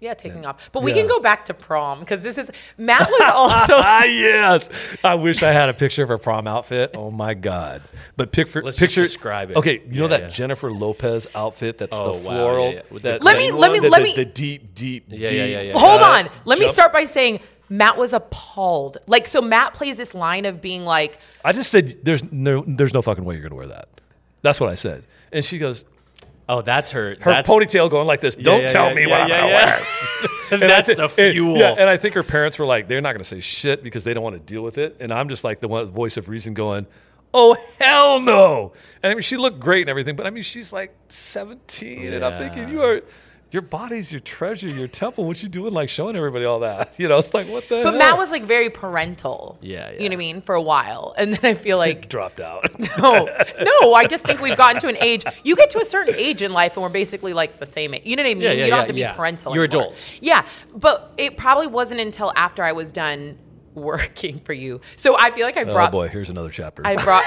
S2: Yeah, taking off. But we can go back to prom because this is Matt was also
S4: Ah, yes. I wish I had a picture of her prom outfit. Oh my god! But pic- picture,
S3: Let's just describe it.
S4: Okay, you know
S3: Yeah,
S4: that
S3: yeah.
S4: Jennifer Lopez outfit. That's
S3: Oh, wow,
S4: the
S3: yeah,
S4: floral.
S3: yeah. With
S4: that-
S3: the
S2: Let me-
S4: that-
S2: let me-
S4: the-
S2: let
S4: the-
S2: me-
S4: The deep, deep,
S3: Yeah,
S4: deep.
S3: yeah, yeah, yeah.
S2: Hold
S4: cut.
S2: on. Let me
S4: Jump.
S2: start by saying Matt was appalled. Like so Matt plays this line of being like
S4: I just said there's no there's no fucking way you're gonna wear that. That's what I said. And she goes,
S3: Oh, that's her.
S4: her
S3: that's,
S4: ponytail going like this. Don't
S3: yeah,
S4: tell
S3: yeah,
S4: me
S3: yeah,
S4: what I'm
S3: yeah,
S4: gonna
S3: yeah.
S4: wear. And I
S3: That's
S4: thi-
S3: the
S4: and-
S3: fuel.
S4: yeah, and I think her parents were like, they're not gonna say shit because they don't want to deal with it. And I'm just like the one voice of reason going, Oh hell no. And I mean she looked great and everything, but I mean she's like 17 and I'm thinking you are your body's your treasure, your temple. What you doing like showing everybody all that? You know, it's like what the
S2: but
S4: hell?
S2: Matt was like very parental.
S3: Yeah,
S2: You know
S3: yeah.
S2: what I mean? For a while. And then I feel like
S4: dropped out.
S2: no, no. I just think we've gotten to an age. You get to a certain age in life, and we're basically like the same age. You know what I mean?
S3: Yeah, yeah,
S2: you don't
S3: yeah,
S2: have to be
S3: yeah.
S2: parental.
S3: You're
S2: anymore.
S3: adults.
S2: Yeah, but it probably wasn't until after I was done working for you. So I feel like I
S4: oh
S2: brought.
S4: boy, here's another chapter.
S2: I brought.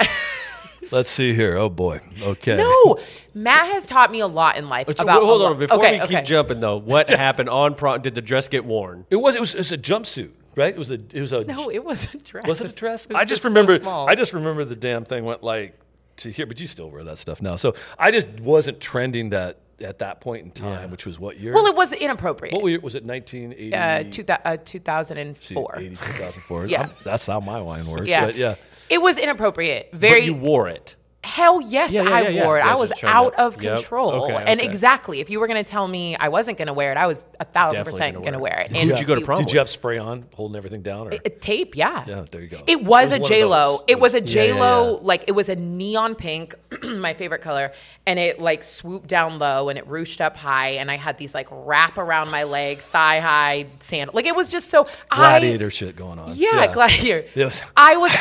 S4: Let's see here. Oh boy. Okay.
S2: no, Matt has taught me a lot in life
S3: But
S2: about.
S3: hold
S2: a
S3: on,
S2: lot-
S3: before
S2: okay,
S3: we
S2: okay.
S3: keep jumping though, what happened on prom? Did the dress get worn?
S4: It was, it was it was a jumpsuit, right? It was a it was a
S2: No, it was a dress.
S4: was it a dress?
S2: It was
S4: I just,
S2: so
S4: remember
S2: small.
S4: I just remember the damn thing went like to here, but you still wear that stuff now. So I just wasn't trending that at that point in time, which was what year?
S2: Well, it was inappropriate.
S4: what year was it? 1980
S2: uh, two, thou- uh, 2004.
S4: 80, 2004.
S2: Yeah.
S4: I'm- that's how my wine works.
S2: Yeah.
S4: But yeah.
S2: It was inappropriate. Very
S3: But you wore it.
S2: Hell yes,
S3: Yeah, yeah,
S2: I
S3: yeah, yeah.
S2: wore it. I
S3: That's
S2: was
S3: what's trying to-
S2: out of
S3: Yep.
S2: control.
S3: Okay,
S2: And
S3: okay.
S2: exactly, if you were going to tell me I wasn't going to wear it, I was a thousand
S3: Definitely
S2: percent going
S3: gonna
S2: to
S3: wear
S2: wear it.
S3: it. Did you go to
S2: we-
S3: prom?
S4: Did you have spray on, holding everything down? Or?
S2: A tape, yeah.
S4: Yeah, there you go.
S2: It
S4: It was
S2: was, a
S4: one of
S2: J Lo.
S4: those.
S2: It was a
S3: Yeah,
S2: J
S3: yeah,
S2: Lo.
S3: yeah.
S2: Like it was a neon pink, my favorite color, and it like swooped down low and it ruched up high, and I had these like wrap around my leg, thigh high sandal. Like it was just so I,
S4: gladiator shit going on.
S2: yeah, gladiator.
S4: It was-
S2: I was,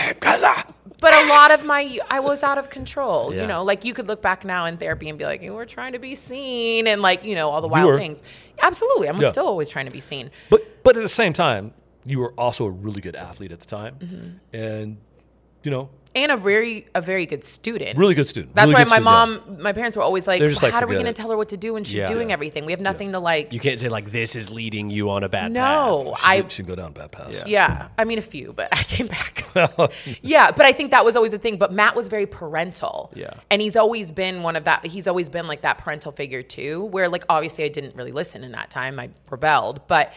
S2: but a lot of my, I was out of control. You
S4: Yeah.
S2: know, like you could look back now in therapy and be like, you were trying to be seen, and like you know all the
S4: were.
S2: wild things. Absolutely, I'm
S4: Yeah.
S2: still always trying to be seen.
S4: But but at the same time, you were also a really good athlete at the time,
S2: Mm-hmm.
S4: and you know,
S2: and a very a very good student.
S4: Really good student.
S2: That's
S4: Really
S2: why
S4: good
S2: my
S4: student, yeah.
S2: mom, my parents were always like,
S4: They're just
S2: "How
S4: like,
S2: are we
S4: "Forget
S2: going to
S4: it."
S2: tell her what to do when she's
S3: Yeah.
S2: doing
S3: Yeah.
S2: everything? We have nothing to like."
S3: You can't say like this is leading you on a bad path.
S2: no,
S4: she,
S2: I.
S4: did- she can go down bad paths.
S2: Yeah, I mean a few, but I came back. yeah, but I think that was always a thing. But Matt was very parental.
S3: Yeah.
S2: and he's always been one of that. He's always been like that parental figure too. Where like obviously I didn't really listen in that time. I rebelled, but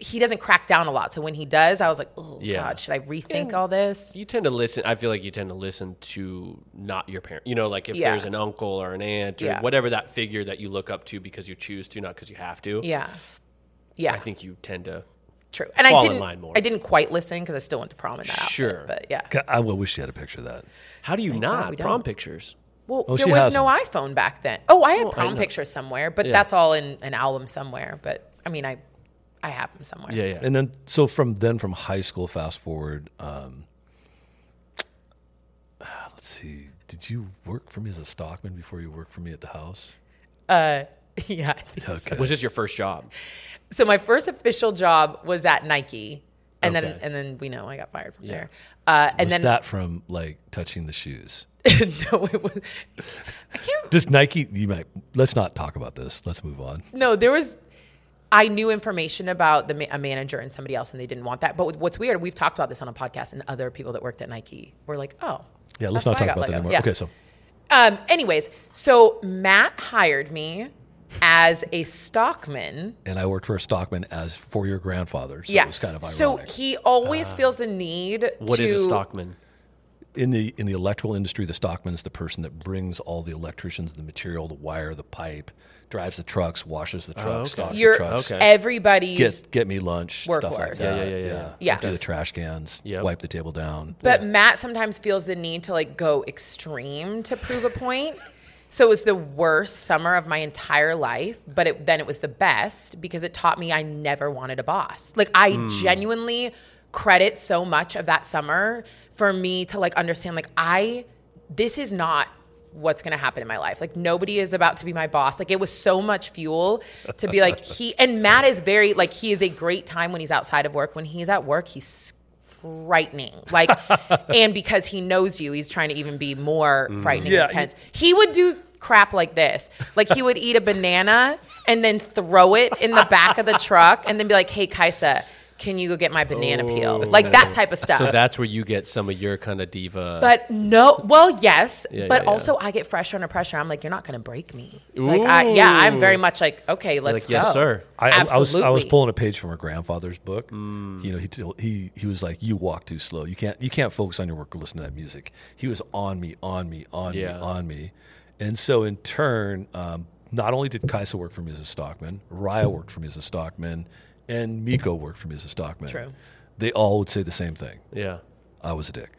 S2: he doesn't crack down a lot. So when he does, I was like, oh
S3: Yeah.
S2: god, should I rethink all this?
S3: You tend to listen. I feel like you tend to listen to not your parent. You know, like if
S2: Yeah.
S3: there's an uncle or an aunt or
S2: Yeah.
S3: whatever that figure that you look up to because you choose to, not because you have to.
S2: Yeah, yeah.
S3: I think you tend to.
S2: True. And I
S3: fall in
S2: didn't.
S3: line more.
S2: I didn't quite listen because I still went to prom in that. outfit,
S3: Sure.
S2: but yeah.
S4: God, I would wish she had a picture of that.
S3: How do you
S2: we
S3: not
S2: don't.
S3: prom pictures?
S2: Well,
S4: Oh,
S2: there
S4: she
S2: was
S4: has
S2: no iPhone back then. Oh, I had prom
S3: know.
S2: pictures somewhere, but that's all in an album somewhere. But I mean, I, I have them somewhere.
S3: Yeah, yeah.
S4: And then, so from then, from high school, fast forward. Um, ah, let's see. Did you work for me as a stockman before you worked for me at the house?
S2: yeah. I think so.
S3: Was this your first job?
S2: So my first official job was at Nike, and then
S3: Okay.
S2: and then we know I got fired from there. Uh, and
S4: Was
S2: then
S4: that from like touching the shoes?
S2: no, it was. I can't.
S4: Does Nike? You might. Let's not talk about this. Let's move on.
S2: No, there was. I knew information about the ma- a manager and somebody else, and they didn't want that. But what's weird, we've talked about this on a podcast, and other people that worked at Nike were like, "Oh,
S4: Yeah, let's
S2: that's why I
S4: not talk
S2: got
S4: about
S2: let
S4: that
S2: go.
S4: anymore.
S2: Yeah.
S4: Okay, so
S2: Um, anyways, so Matt hired me as a stockman.
S4: and I worked for a stockman as for your grandfather. So
S2: yeah.
S4: it was kind of ironic. Ah.
S2: so he always feels the need
S3: What
S2: to
S3: is a stockman?
S4: in the in the electrical industry, the stockman's the person that brings all the electricians, the material, the wire, the pipe, drives the trucks, washes the
S3: Oh,
S4: trucks, stocks
S2: You're
S4: the trucks.
S3: Okay.
S2: everybody's
S4: Get get me lunch, stuff
S2: Workhorse.
S4: like
S2: Yeah,
S4: that.
S3: yeah, yeah, yeah.
S2: Yeah.
S4: Empty the trash cans,
S3: Yep.
S4: wipe the table down.
S2: But Matt sometimes feels the need to like go extreme to prove a point. So it was the worst summer of my entire life, but it, then it was the best because it taught me I never wanted a boss. Like I genuinely credit so much of that summer for me to like understand like I this is not what's going to happen in my life. Like nobody is about to be my boss. Like it was so much fuel to be like he and Matt is very like he is a great time when he's outside of work. When he's at work, he's frightening.
S3: Mm.
S2: Like and because he knows you, he's trying to even be more frightening
S4: Yeah,
S2: and tense. He would do crap like this. Like he would eat a banana and then throw it in the back of the truck and then be like, "Hey, Kaisa, can you go get my banana peel?" Like that type of stuff.
S3: Oh, So that's where you get some of your kind of diva.
S2: uh, But no, well, yes, but
S3: yeah, yeah.
S2: also I get fresh under pressure. I'm like, you're not going to break me. Like, I, yeah, I'm very much like, okay, let's
S3: like,
S2: go.
S3: yes, sir.
S4: I, I- I was I was
S2: Absolutely.
S4: pulling a page from her grandfather's book. You know, he t- he he was like, "You walk too slow. You can't you can't focus on your work or listen to that music." He was on me, on me, on
S3: Yeah.
S4: me, on me, and so in turn, um, not only did Kaisa work for me as a Stockman, Raya worked for me as a Stockman, and Miko worked for me as a Stockman.
S2: True.
S4: They all would say the same thing:
S3: yeah.
S4: "I was a dick."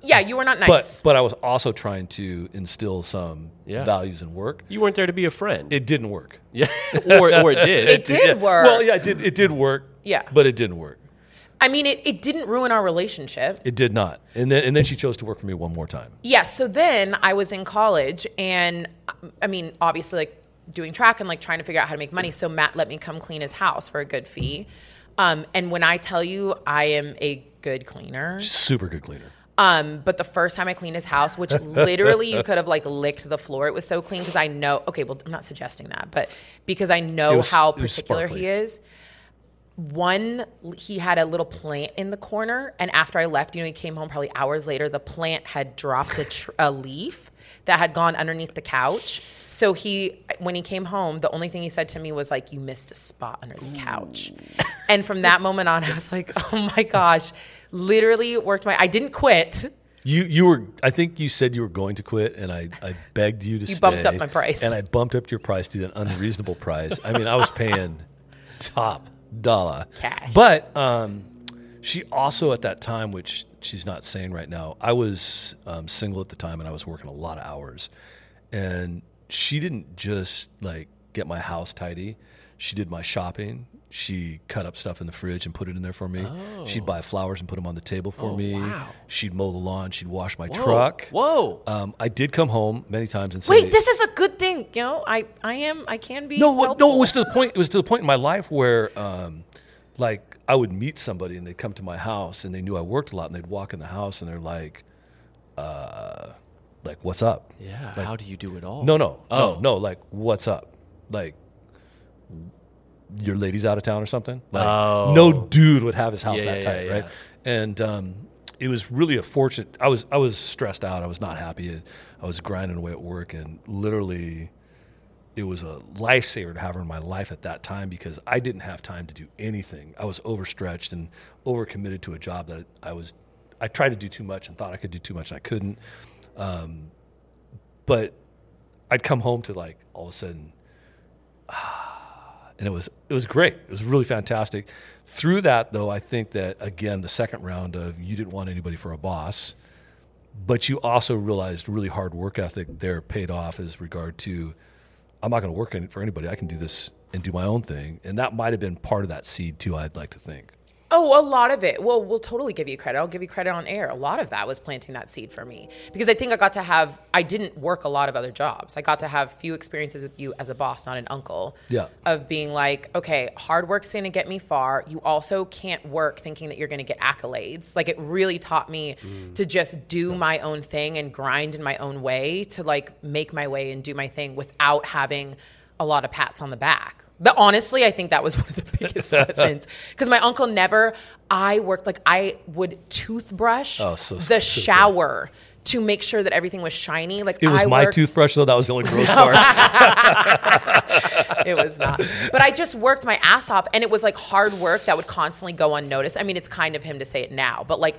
S2: Yeah, you were not nice.
S4: But but I was also trying to instill some
S3: Yeah.
S4: values in work.
S3: You weren't there to be a friend.
S4: It didn't work.
S3: yeah. or, or it did.
S2: it did work.
S4: Well, yeah, it did. It did work.
S2: Yeah.
S4: but it didn't work.
S2: I mean, it, it didn't ruin our relationship.
S4: It did not. And then and then she chose to work for me one more time.
S2: Yeah. So then I was in college, and I mean, obviously, like doing track and like trying to figure out how to make money. So Matt let me come clean his house for a good fee. Um, and when I tell you I am a good cleaner,
S4: Super good cleaner.
S2: Um, but the first time I cleaned his house, which literally you could have like licked the floor, it was so clean because I know. Okay, well, I'm not suggesting that, but because I know
S4: It was-
S2: how
S4: it was
S2: particular he
S4: sparkly.
S2: is. One, he had a little plant in the corner, and after I left, you know, he came home probably hours later. The plant had dropped a, tr- a leaf that had gone underneath the couch. So he, when he came home, the only thing he said to me was like, "You missed a spot under the couch," and from that moment on, I was like, "Oh my gosh!" Literally worked my. I didn't quit.
S4: You you were I think you said you were going to quit and I, I begged you to
S2: You
S4: stay.
S2: bumped up my price.
S4: And I bumped up your price to an unreasonable price. I mean, I was paying top dollar.
S2: Cash.
S4: But um she also at that time, which she's not saying right now, I was um, single at the time and I was working a lot of hours. And she didn't just like get my house tidy. She did my shopping. She cut up stuff in the fridge and put it in there for me.
S2: Oh.
S4: She'd buy flowers and put them on the table for me. She'd mow the lawn. She'd wash my truck.
S3: Whoa.
S4: Um, I did come home many times and say,
S2: Wait, this is a good thing. You know, I, I am, I can be.
S4: no, what, no,
S2: helpful.
S4: it was to the point. It was to the point in my life where, um, like, I would meet somebody and they'd come to my house and they knew I worked a lot and they'd walk in the house and they're like, uh, like, what's up?
S3: yeah. how do you do it all?
S4: No, no,
S3: Oh.
S4: no, no. Like, what's up? Like, your lady's out of town or something? Like,
S3: Oh.
S4: no dude would have his house
S3: Yeah,
S4: that
S3: yeah,
S4: tight,
S3: yeah,
S4: right?
S3: yeah.
S4: And um, it was really a fortunate. I was I was stressed out. I was not happy. It- I was grinding away at work, and literally, it was a lifesaver to have her in my life at that time because I didn't have time to do anything. I was overstretched and overcommitted to a job that I was. I tried to do too much and thought I could do too much and I couldn't. Um, but I'd come home to like all of a sudden, ah, and it was it was great. It was really fantastic. Through that though, I think that again the second round of you didn't want anybody for a boss, but you also realized really hard work ethic there paid off as regard to I'm not going to work any- for anybody. I can do this and do my own thing, and that might have been part of that seed too. I'd like to think.
S2: Oh, a lot of it. Well, we'll totally give you credit. I'll give you credit on air. A lot of that was planting that seed for me because I think I got to have, I didn't work a lot of other jobs. I got to have few experiences with you as a boss, not an uncle.
S4: Yeah.
S2: Of being like, okay, hard work's going to get me far. You also can't work thinking that you're going to get accolades. Like, it really taught me
S4: Mm.
S2: to just do my own thing and grind in my own way to like make my way and do my thing without having a lot of pats on the back. But honestly, I think that was one of the biggest lessons because my uncle never. I worked like I would toothbrush
S4: Oh, so-
S2: the
S4: so-
S2: shower to make sure that everything was shiny. Like
S4: It was
S2: I
S4: my
S2: worked,
S4: toothbrush though. That was the only gross part.
S2: It was not. But I just worked my ass off, and it was like hard work that would constantly go unnoticed. I mean, it's kind of him to say it now, but like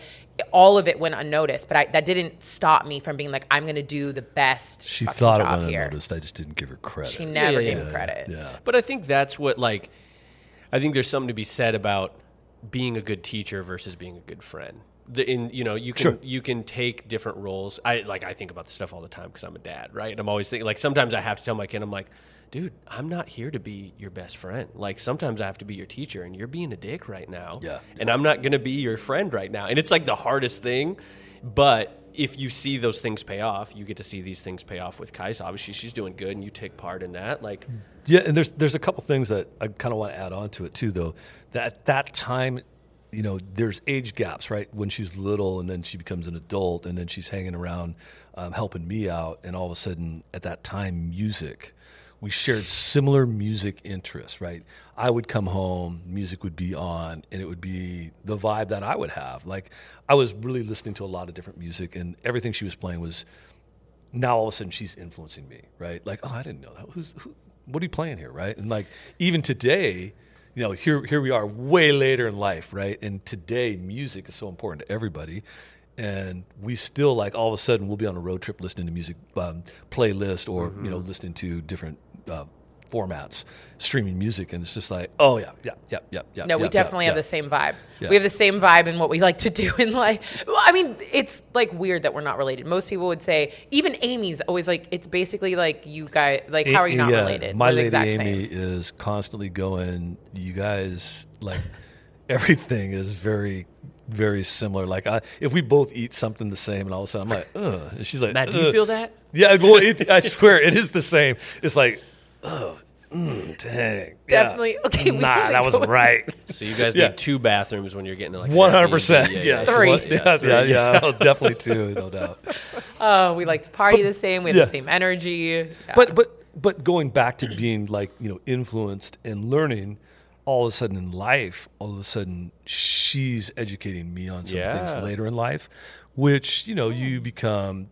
S2: all of it went unnoticed. But I, that didn't stop me from being like, I'm going to do the best.
S4: She
S2: fucking
S4: thought it
S2: job
S4: went
S2: here.
S4: unnoticed. I just didn't give her credit.
S2: She never
S3: yeah,
S2: gave me credit.
S4: yeah.
S3: But I think that's what like I think there's something to be said about being a good teacher versus being a good friend. The, in you know you can you can take different roles. I like I think about this stuff all the time because I'm a dad, right? And I'm always thinking like sometimes I have to tell my kid I'm like, dude, I'm not here to be your best friend. Like sometimes I have to be your teacher, and you're being a dick right now.
S4: Yeah.
S3: and I'm not gonna be your friend right now. And it's like the hardest thing, but if you see those things pay off, you get to see these things pay off with Kais. Obviously, she's doing good, and you take part in that. Like
S4: Yeah, and there's there's a couple things that I kind of want to add on to it too, though. That at that time, you know, there's age gaps, right? When she's little and then she becomes an adult and then she's hanging around um, helping me out. And all of a sudden, at that time, music, we shared similar music interests, right? I would come home, music would be on, and it would be the vibe that I would have. Like, I was really listening to a lot of different music, and everything she was playing was now all of a sudden she's influencing me, right? Like, oh, I didn't know that. Who's who, what are you playing here, right? And like even today, you know, here here we are way later in life, right? And today music is so important to everybody. And we still like all of a sudden we'll be on a road trip listening to music um, playlist or you know listening to different uh, formats, streaming music, and it's just like oh yeah yeah yeah yeah yeah.
S2: No,
S4: yeah,
S2: we definitely
S4: yeah,
S2: have the
S4: yeah.
S2: same vibe.
S4: Yeah.
S2: We have the same vibe in what we like to do in life. Well, I mean, it's like weird that we're not related. Most people would say, even Amy's always like, it's basically like you guys, like, how are you not
S4: Yeah,
S2: related?
S4: My
S2: We're the
S4: lady
S2: exact same.
S4: Amy is constantly going. You guys like everything is very, very similar. Like I, if we both eat something the same, and all of a sudden I'm like, ugh. And she's like,
S3: Matt, do you
S4: "Ugh."
S3: feel that?
S4: Yeah, well, it, I swear it is the same. It's like, oh, mm, dang, Yeah.
S2: Definitely. Okay, we
S4: nah,
S2: really
S4: that was
S2: go-
S4: right.
S3: So you guys
S4: Yeah.
S3: need two bathrooms when you're getting to like an
S4: One hundred percent.
S3: Airbnb.
S4: Yeah,
S2: Three.
S4: Yeah, yeah, yeah, Oh, definitely two, no doubt.
S2: Oh, we like to party the same. We have
S4: yeah.
S2: the same energy. Yeah.
S4: But but but going back to being like you know influenced and learning, all of a sudden in life, all of a sudden she's educating me on some
S3: Yeah.
S4: things later in life, which you know you become.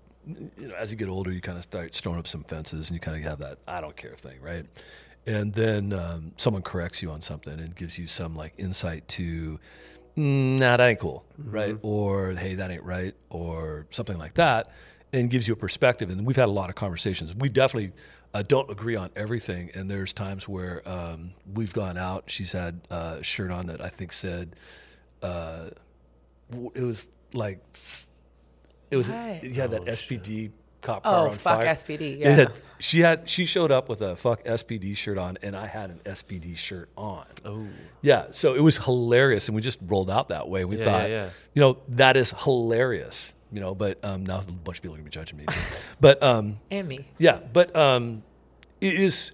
S4: You know, as you get older, you kind of start throwing up some fences, and you kind of have that "I don't care" thing, right? And then um, someone corrects you on something and gives you some like insight to, "Mm, nah, that ain't cool, right? Or hey, that ain't right, or something like that, and gives you a perspective. And we've had a lot of conversations. We definitely uh, don't agree on everything, and there's times where um, we've gone out. She's had uh, a shirt on that I think said, uh, w- it was like, s- it was
S2: What?
S4: it
S3: Oh,
S4: had that SPD cop
S2: Oh,
S4: car on
S2: fuck
S4: fire.
S2: SPD,
S4: It
S2: yeah.
S4: had- she had she showed up with a fuck SPD shirt on, and I had an SPD shirt on. Oh, yeah. So it was hilarious, and we just rolled out that way. We thought,
S3: yeah.
S4: you know, that is hilarious. You know, but um, now a bunch of people are gonna be judging me. but um,
S2: Amy.
S4: yeah, but um, it is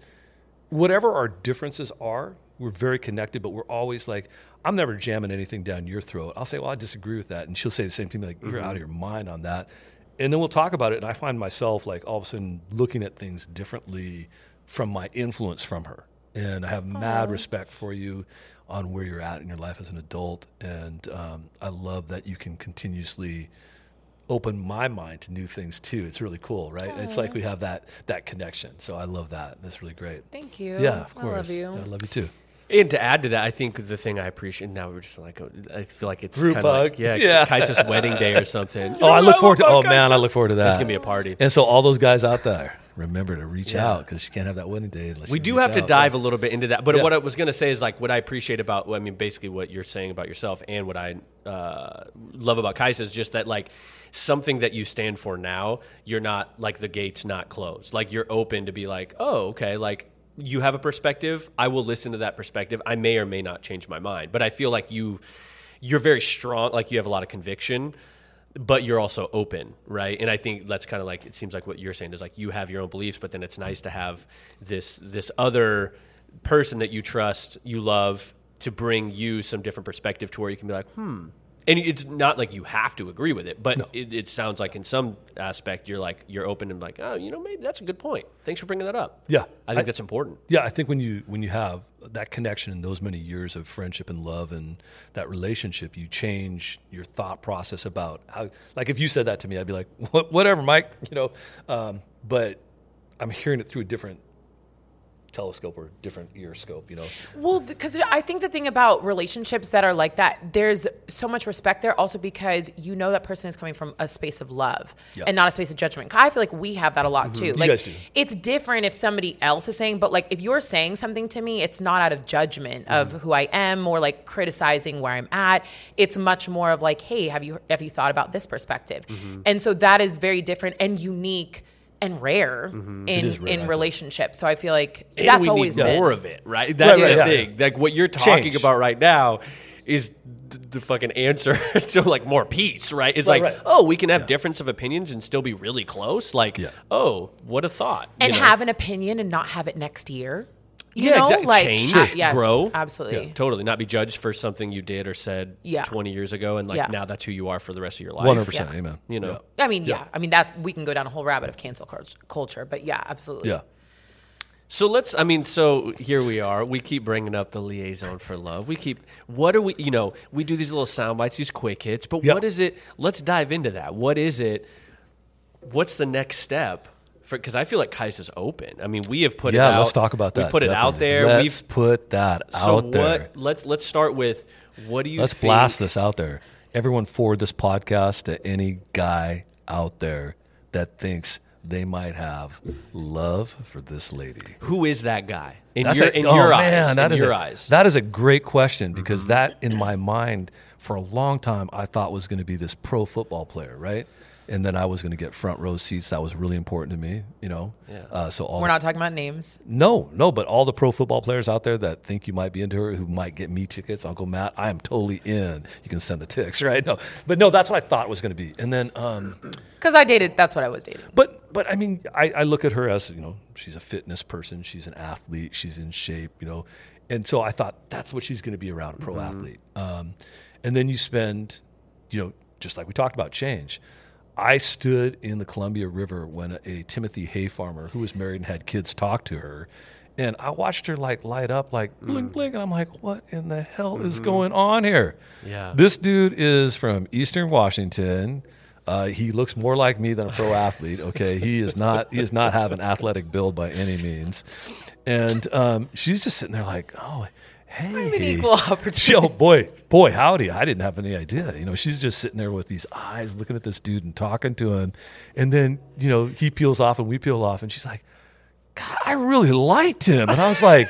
S4: whatever our differences are, we're very connected, but we're always like, I'm never jamming anything down your throat. I'll say, well, I disagree with that. And she'll say the same to me, like, you're out of your mind on that. And then we'll talk about it. And I find myself like all of a sudden looking at things differently from my influence from her. And I have mad respect for you on where you're at in your life as an adult. And um, I love that you can continuously open my mind to new things too. It's really cool, right? It's like we have that that connection. So I love that. That's really great.
S2: Thank you.
S4: Yeah, of course.
S2: I love you.
S4: Yeah, I love you too.
S3: And to add to that, I think the thing I appreciate now we're just like I feel like it's
S4: Group
S3: kinda like,
S4: hug.
S3: yeah,
S4: Yeah.
S3: Kaisa's wedding day or something.
S4: Oh, I look forward to. Oh man, I look forward to that.
S3: It's gonna be a party.
S4: And so all those guys out there, remember to reach
S3: Yeah.
S4: out because you can't have that wedding day unless
S3: We
S4: you
S3: do
S4: reach
S3: have to
S4: out.
S3: dive a little bit into that. But
S4: Yeah.
S3: what I was going to say is like what I appreciate about, well, I mean, basically what you're saying about yourself and what I uh, love about Kaisa is just that like something that you stand for now, you're not like the gate's not closed. Like you're open to be like, oh, okay, like you have a perspective. I will listen to that perspective. I may or may not change my mind. But I feel like you, you're very strong, like you have a lot of conviction but you're also open, right? And I think that's kind of like it seems like what you're saying is like you have your own beliefs, but then it's nice to have this this other person that you trust, you love to bring you some different perspective to where you can be like, hmm. And it's not like you have to agree with it, but it, it sounds like in some aspect you're like you're open and like, oh, you know, maybe that's a good point. Thanks for bringing that up.
S4: Yeah.
S3: I think
S4: I-
S3: that's important.
S4: Yeah, I think when you when you have that connection and those many years of friendship and love and that relationship, you change your thought process about how. Like if you said that to me, I'd be like, "Wha- "Whatever, Mike," you know. Um, but I'm hearing it through a different telescope or different ear scope, you know.
S2: Well, because I think the thing about relationships that are like that, there's so much respect there also because you know that person is coming from a space of love
S4: Yeah.
S2: and not a space of judgment. 'Cause I feel like we have that a
S3: Mm-hmm.
S2: lot too. Like,
S4: guys do.
S2: it's different if somebody else is saying, but like if you're saying something to me, it's not out of judgment of
S3: Mm-hmm.
S2: who I am or like criticizing where I'm at. It's much more of like, hey, have you have you thought about this perspective?
S3: Mm-hmm.
S2: And so that is very different and unique and rare
S3: Mm-hmm.
S2: in
S4: rare, I
S2: in
S4: think.
S2: relationships. So I feel like
S3: And
S2: that's
S3: we
S2: always
S3: need
S2: been.
S3: more of it, right? That's
S4: right,
S3: the
S4: yeah.
S3: thing. Like what you're talking
S4: Change.
S3: about right now is th- the fucking answer to like more peace, right? It's
S4: Right,
S3: like,
S4: right.
S3: oh, we can have difference of opinions and still be really close. Like,
S4: Yeah.
S3: oh, what a thought. you
S2: and
S3: know?
S2: have an opinion and not have it next year. You
S3: yeah,
S2: know,
S3: exactly.
S2: like
S3: change,
S2: uh, yeah,
S3: grow,
S2: absolutely.
S3: Yeah, totally. Not be judged for something you did or said
S2: Yeah.
S3: 20 years ago, and like
S2: Yeah.
S3: now that's who you are for the rest of your life.
S4: 100%. Amen.
S3: You know,
S2: I mean, yeah. I mean that we can go down a whole rabbit of cancel cul- culture, but yeah, absolutely.
S4: Yeah.
S3: so let's. I mean, so here we are. We keep bringing up the liaison for love. We keep. What are we? You know, we do these little sound bites, these quick hits. But
S4: Yeah.
S3: what is it? Let's dive into that. What is it? What's the next step? Because I feel like Kais is open. I mean, we have put it
S4: Yeah,
S3: out.
S4: let's talk about that.
S3: We put it out
S4: definitely.
S3: there.
S4: Let's
S3: We've
S4: put that
S3: so
S4: out there.
S3: what? Let's let's start with what do you?
S4: Let's
S3: think-
S4: blast this out there. Everyone forward this podcast to any guy out there that thinks they might have love for this lady.
S3: Who is that guy in
S4: That's
S3: your
S4: a-
S3: in
S4: oh,
S3: your
S4: man,
S3: eyes?
S4: that
S3: in
S4: is
S3: your
S4: a,
S3: eyes. Mm-hmm.
S4: That is a great question because that in my mind for a long time I thought was going to be this pro football player, right? And then I was going to get front row seats. That was really important to me, you know. Yeah. Uh, so all
S2: We're
S4: the-
S2: not talking about names.
S4: no, no, but all the pro football players out there that think you might be into her, who might get me tickets, Uncle Matt, I am totally in. You can send the ticks, right? No, but no, that's what I thought it was going to be. And then, um,
S2: Cuz I dated, that's what I was dating.
S4: but but I mean, I, I look at her as you know, she's a fitness person, she's an athlete, she's in shape, you know, and so I thought that's what she's going to be around a pro athlete. Um, and then you spend, you know, just like we talked about change. I stood in the Columbia River when a, Timothy Hay farmer who was married and had kids talked to her. And I watched her like light up, like bling bling, and I'm like, "What in the hell is going on here?"
S3: Yeah.
S4: This dude is from Eastern Washington. Uh, he looks more like me than a pro athlete. Okay, he is not. He does not have an athletic build by any means. And um, she's just sitting there like, oh, hey,
S2: an equal opportunity.
S4: She- oh boy, boy, howdy! I didn't have any idea. You know, she's just sitting there with these eyes looking at this dude and talking to him. And then you know he peels off and we peel off, and she's like, God, I really liked him. And I was like.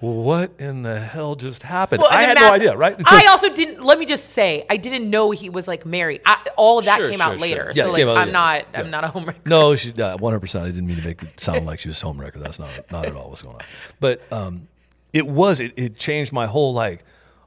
S4: What in the hell just happened?
S2: Well,
S4: I
S2: and
S4: had
S2: then
S4: no
S2: Matt-
S4: idea, right? And so-
S2: I also didn't. Let me just say, I didn't know he was like married. I, all of that
S3: Sure,
S2: came
S3: sure,
S2: out later.
S3: sure.
S4: Yeah,
S2: so
S4: it
S2: like,
S4: came out-
S2: I'm
S4: yeah,
S2: not.
S4: yeah.
S2: I'm not a homewrecker.
S4: No, she one hundred percent. I didn't mean to make it sound like she was a homewrecker. That's not not at all what's going on. But um, it was it, it changed my whole like,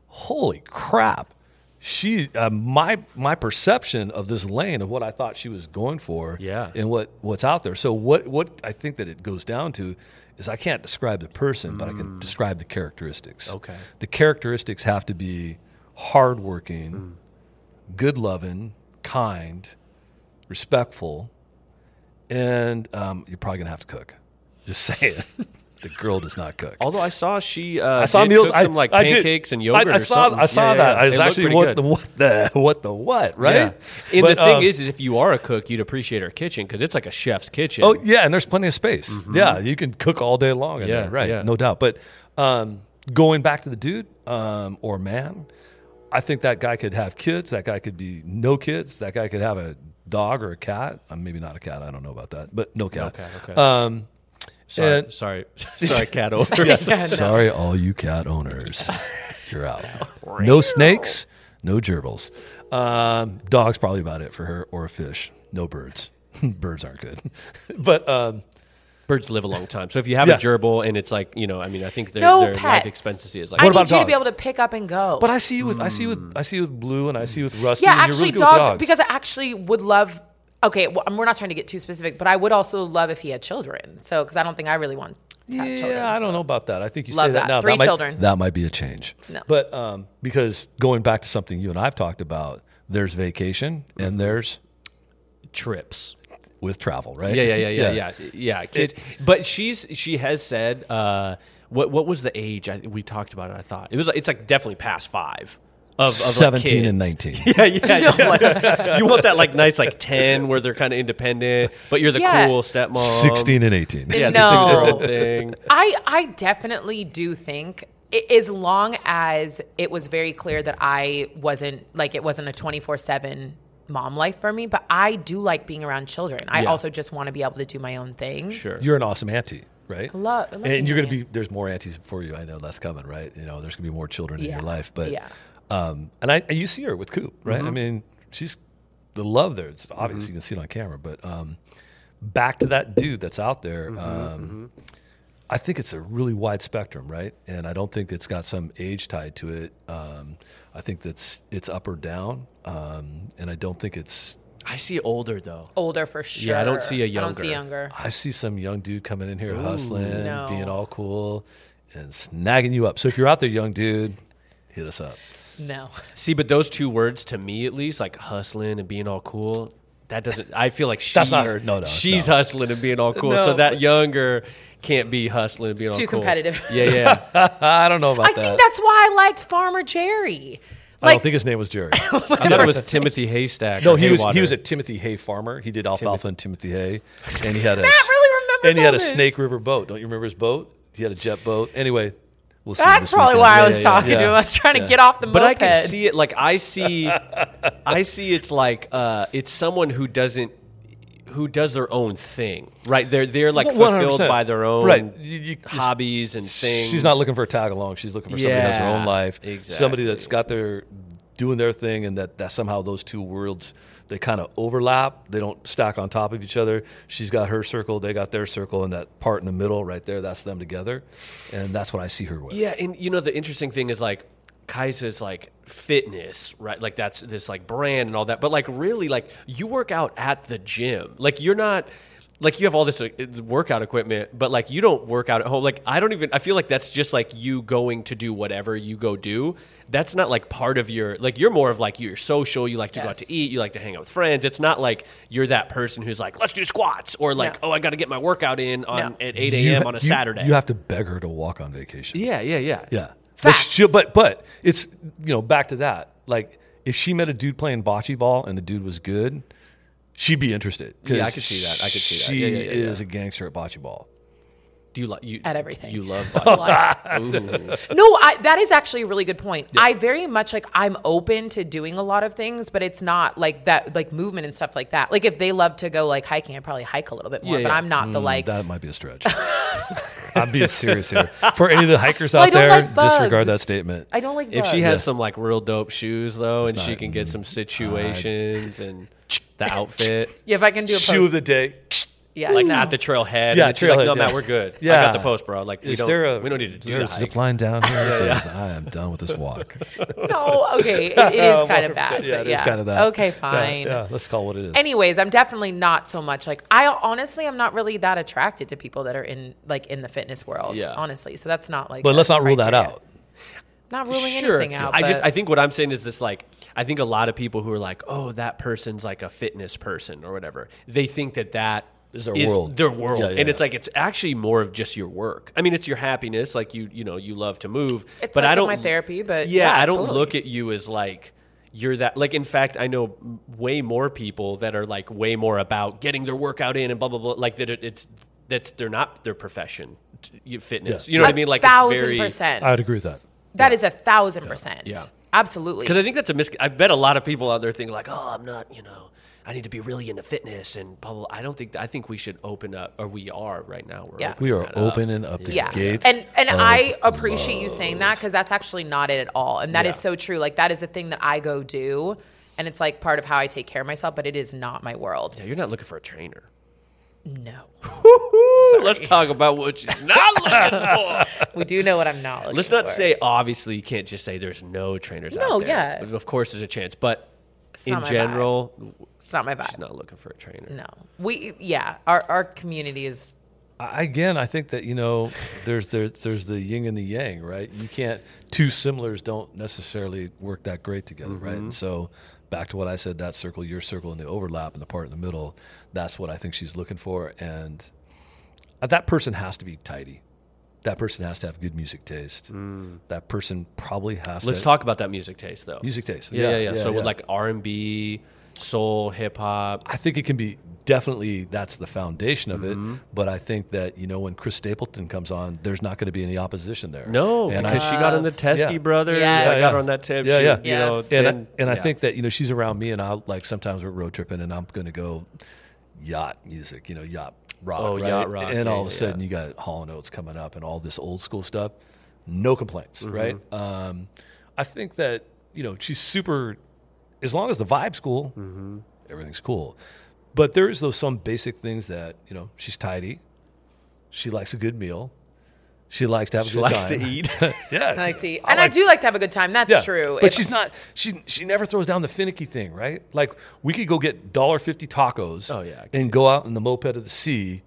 S4: holy crap! She uh, my my perception of this lane of what I thought she was going for,
S3: Yeah.
S4: and what what's out there. So what what I think that it goes down to is I can't describe the person, but I can describe the characteristics.
S3: Mm. Okay.
S4: the characteristics have to be hardworking,
S3: Mm.
S4: good loving, kind, respectful and um, you're probably gonna have to cook. Just saying, the girl does not cook.
S3: Although I saw she, uh,
S4: I saw
S3: did
S4: meals.
S3: cook
S4: I,
S3: some like
S4: I did-
S3: pancakes and yogurt.
S4: I, I
S3: or
S4: saw.
S3: something.
S4: I saw
S3: Yeah, yeah,
S4: that.
S3: yeah.
S4: I was
S3: It looked
S4: actually
S3: pretty
S4: what
S3: good.
S4: the what the what the what right?
S3: Yeah. And
S4: But,
S3: the thing
S4: um,
S3: is, is if you are a cook, you'd appreciate her kitchen because it's like a chef's kitchen.
S4: Oh yeah, and there's plenty of space. Yeah, you can cook all day long. In
S3: Mm-hmm. Yeah,
S4: there, right,
S3: yeah.
S4: no doubt. But um, going back to the dude um, or man, I think that guy could have kids. That guy could be no kids. That guy could have a dog or a cat. Uh, maybe not a cat. I don't know about that, but no cat.
S3: Okay, okay.
S4: Um,
S3: sorry,
S4: and-
S3: sorry, sorry, cat owners.
S4: Sorry, all you cat owners. You're out. No snakes, no gerbils. Um, dog's probably about it for her, or a fish. No birds. birds aren't good. but um,
S3: Birds live a long time, so if you have
S4: Yeah.
S3: a gerbil and it's like you know, I mean, I think their,
S2: No
S3: their life
S2: pets.
S3: expectancy is like.
S2: I
S4: What
S2: need
S4: about
S2: you
S4: dog?
S2: to be able to pick up and go.
S4: but I see you with I see you
S3: Hmm.
S4: with I see you with blue and I see you with rusty.
S2: yeah,
S4: and
S2: actually,
S4: you're really good with
S2: dogs,
S4: dogs
S2: Because I actually would love. Okay, well, we're not trying to get too specific, but I would also love if he had children. So, because I don't think I really want. To have
S4: yeah,
S2: children,
S4: I
S2: so.
S4: don't know about that. I think you
S2: Love
S4: say that,
S2: that.
S4: now.
S2: Three
S4: might,
S2: children.
S4: That might be a change.
S2: No.
S4: But um, because going back to something you and I've talked about, there's vacation and there's
S3: trips.
S4: with travel, right?
S3: Yeah, yeah, yeah, yeah, yeah, yeah. kids. but she's she has said uh, what what was the age I, we talked about? It, I thought it was. It's like definitely past five. Of, of like,
S4: 17 and
S3: kids.
S4: 19.
S3: Yeah, yeah. yeah. you want that like nice like ten where they're kind of independent, but you're the
S2: Yeah.
S3: cool stepmom.
S4: 16 and
S3: Yeah,
S4: 18.
S3: they do their own
S2: No.
S3: thing.
S2: I I definitely do think i- as long as it was very clear that I wasn't like it wasn't a 24/7 mom life for me, but I do like being around children. I
S3: Yeah.
S2: also just want to be able to do my own thing.
S3: Sure.
S4: You're an awesome auntie, right? I
S2: love- I love
S4: and
S2: being
S4: you're going
S2: an
S4: to be, there's more aunties for you. I know that's coming, right? You know, there's going to be more children in
S2: Yeah.
S4: your life. But,
S2: Yeah. Mm-hmm.
S4: um, and I, and you see her with Coop, right? I mean, she's the love there. It's obvious. You can see it on camera. But, um, back to that dude that's out there. um, I think it's a really wide spectrum, right? And I don't think it's got some age tied to it. Um, I think that's it's up or down. Um, and I don't think it's
S3: I see older though.
S4: Oh.
S2: Older for sure.
S3: Yeah, I don't see a
S2: I don't see
S3: younger.
S2: younger.
S4: I see some young dude coming in here hustling,
S2: No.
S4: being all cool. and snagging you up. So if you're out there, young dude, hit us up.
S2: No.
S3: See, but those two words to me at least, like hustling and being all cool, that doesn't. I feel like she's
S4: That's not her- no, no,
S3: she's
S4: no.
S3: hustling and being all cool. so
S4: No,
S3: that younger can't be hustling and being all
S2: Too
S3: cool.
S2: competitive.
S3: Yeah, yeah.
S4: I don't know about
S2: I
S4: that.
S2: think that's why I liked Farmer Jerry.
S4: I don't
S2: Like
S4: think his name was Jerry.
S3: I thought it was Timothy Haystack.
S4: No,
S3: or
S4: he was
S3: Haywater.
S4: he was a Timothy Hay farmer. He did alfalfa and Timothy Hay, and he had a
S2: Matt really remembers
S4: and he had a
S2: all this.
S4: Snake River boat. Don't you remember his boat? He had a jet boat. Anyway, we'll see.
S2: that's
S4: this
S2: probably
S4: weekend.
S2: why
S4: Yeah,
S2: I was
S4: yeah, yeah.
S2: talking to
S4: Yeah.
S2: him. I was trying
S4: Yeah.
S2: to get off the
S3: But I
S2: moped.
S3: can see it like I see I see it's like uh it's someone who doesn't who does their own thing. Right? They're they're like
S4: Well, 100%.
S3: fulfilled by their own
S4: Right. You- you-
S3: hobbies and things.
S4: She's not looking for a tag along. She's looking for somebody who has her
S3: Yeah,
S4: own life. Somebody
S3: exactly.
S4: that's got their doing their thing, and that, that somehow those two worlds they kind of overlap. They don't stack on top of each other. She's got her circle. They got their circle, and that part in the middle right there. That's them together, and that's what I see her with.
S3: Yeah, and you know the interesting thing is like Kaisa's like fitness, right? Like that's this like brand and all that. But like really like you work out at the gym. Like you're not like you have all this uh, workout equipment, but like you don't work out at home. Like I don't even I feel like that's just like you going to do whatever you go do. That's not like part of your like you're more of like you're social, you like to go out
S2: Yes.
S3: to eat, you like to hang out with friends. It's not like you're that person who's like, let's do squats or like, oh I gotta get my workout in on
S2: No.
S3: at eight
S4: You
S3: AM
S4: ha-
S3: on a
S4: you-
S3: Saturday.
S4: You have to beg her to walk on vacation.
S3: yeah, yeah, yeah.
S4: Yeah.
S2: Facts.
S4: But, she, but but it's you know back to that. Like if she met a dude playing bocce ball and the dude was good, she'd be interested. 'Cause
S3: Yeah, I could see that. I could see that.
S4: She
S3: Yeah, yeah, yeah, yeah.
S4: is a gangster at bocce ball.
S3: Do you like you
S2: At everything.
S3: You love
S2: No, I, that is actually a really good point. I very much like I'm open to doing a lot of things, but it's not like that, like movement and stuff like that. Like if they love to go like hiking, I probably hike a little bit more.
S3: Yeah,
S2: but
S3: yeah.
S2: I'm not the Mm, like.
S4: Mm, That might be a stretch. I'm being serious here. For any of the hikers
S2: Well, "Oh, I
S4: out
S2: don't
S4: there,
S2: like bugs.
S4: disregard that statement.
S2: I don't like.
S3: if she
S2: bugs.
S3: has some like real dope shoes though, and she
S4: not-
S3: can get some situations and the outfit.
S2: yeah, if I can do a post,
S4: Shoe of the day.
S2: yeah,
S3: Like
S2: no.
S3: at the trailhead,
S4: Yeah,
S3: yeah. She's like,
S4: trailhead,
S3: no, Matt,
S4: yeah.
S3: we're good. I
S4: Yeah.
S3: got the post, bro. Like, we
S4: Is
S3: don't,
S4: there a
S3: we don't need to do
S4: there a
S3: that.
S4: zip line down here? Because I am done with this walk.
S2: no, okay, it, it is kind of bad.
S4: Yeah,
S2: but
S4: it is kind of that.
S2: Okay,
S4: Yeah,
S2: fine.
S4: Yeah, let's call it what it is.
S2: Anyways, I'm definitely not so much like I honestly I'm not really that attracted to people that are in like in the fitness world.
S3: Yeah.
S2: honestly, so that's not like.
S4: but
S2: a
S4: let's not rule that
S2: criteria.
S4: out.
S2: Not ruling
S3: sure.
S2: anything out.
S3: I just
S2: but-
S3: I think what I'm saying is this like I think a lot of people who are like, oh, that person's like a fitness person or whatever, they think that that
S4: Is their world.
S3: their world,
S4: Yeah, yeah,
S3: and
S4: yeah.
S3: it's like it's actually more of just your work. I mean, it's your happiness, like you you know you love to move,
S2: It's
S3: but
S2: like
S3: I
S2: in
S3: don't
S2: my therapy, but
S3: Uh, yeah,
S2: yeah,
S3: I don't
S2: totally.
S3: look at you as like. You're that like in fact I know m- way more people that are like way more about getting their workout in and blah blah blah like that it, it's that's they're not their profession t- you- fitness
S4: Yeah.
S3: you know what I mean like
S2: thousand
S3: it's very
S2: percent.
S4: I would agree with that.
S2: That is a thousand percent.
S3: Yeah.
S2: Absolutely.
S3: Because I think that's a mis. I bet a lot of people out there think like, oh, I'm not, you know, I need to be really into fitness and blah blah. blah." I don't think. I think we should open up, or we are right now. We're
S2: Yeah.
S3: opening
S4: We are
S3: that up.
S4: opening up the
S2: yeah.
S4: gates.
S2: And and
S4: of
S2: I appreciate you saying that because that's actually not it at all. And that is
S3: Yeah.
S2: so true. Like that is the thing that I go do and it's like part of how I take care of myself, but it is not my world.
S3: Yeah, you're not looking for a trainer.
S2: No.
S3: Let's talk about what she's not looking for.
S2: we do know what I'm not looking
S3: Let's not
S2: for.
S3: say obviously. You can't just say there's no trainers.
S2: No,
S3: out there.
S2: yeah.
S3: Of course, there's a chance, but
S2: not
S3: in
S2: my vibe.
S3: general,
S2: it's not my vibe.
S3: she's not looking for a trainer.
S2: No. We yeah, our our community is
S4: I- again, I think that you know, there's there, there's the yin and the yang, right? You can't two similars don't necessarily work that great together, right?
S3: Mm-hmm.
S4: And so back to what I said, that circle, your circle, and the overlap, and the part in the middle, that's what I think she's looking for, and uh, that person has to be tidy. That person has to have good music taste. That person probably has
S3: Mm. Let's
S4: to
S3: talk about that music taste though.
S4: music taste.
S3: Yeah, yeah, yeah. so with like R and B, soul, hip hop.
S4: I think it can be definitely that's the foundation of
S3: Mm-hmm.
S4: it. But I think that you know when Chris Stapleton comes on, there's not going to be any opposition there.
S3: No,
S4: and
S3: because
S4: I,
S3: she got on the Teskey
S4: Yeah.
S3: brothers.
S2: Yes.
S3: I got
S4: Yeah.
S3: on that tip.
S4: Yeah,
S3: she,
S4: yeah.
S3: You know,
S2: Yes.
S4: and, I,
S3: then-
S4: and I
S3: yeah.
S4: think that you know she's around me, and I'll like sometimes we're road tripping, and I'm going to go yacht music, you know, yacht rock.
S3: Oh,
S4: right?
S3: yacht rock.
S4: And
S3: Yeah,
S4: all of
S3: yeah,
S4: a sudden you got Hall and Oates coming up, and all this old school stuff. No complaints,
S3: Mm-hmm.
S4: right? Um, I think that you know she's super. As long as the vibe's cool,
S3: Mm-hmm.
S4: everything's cool. But there is those some basic things that you know she's tidy. She likes a good meal. She likes to have a
S3: she
S4: good
S3: likes
S4: time.
S3: to eat.
S4: Yeah,
S2: I like to eat. And I, do like to have a good time. That's
S4: yeah,
S2: true.
S4: But
S2: If-
S4: she's not. She she never throws down the finicky thing, right? Like we could go get dollar fifty tacos.
S3: Oh, yeah, I can
S4: and go out in the moped of the sea,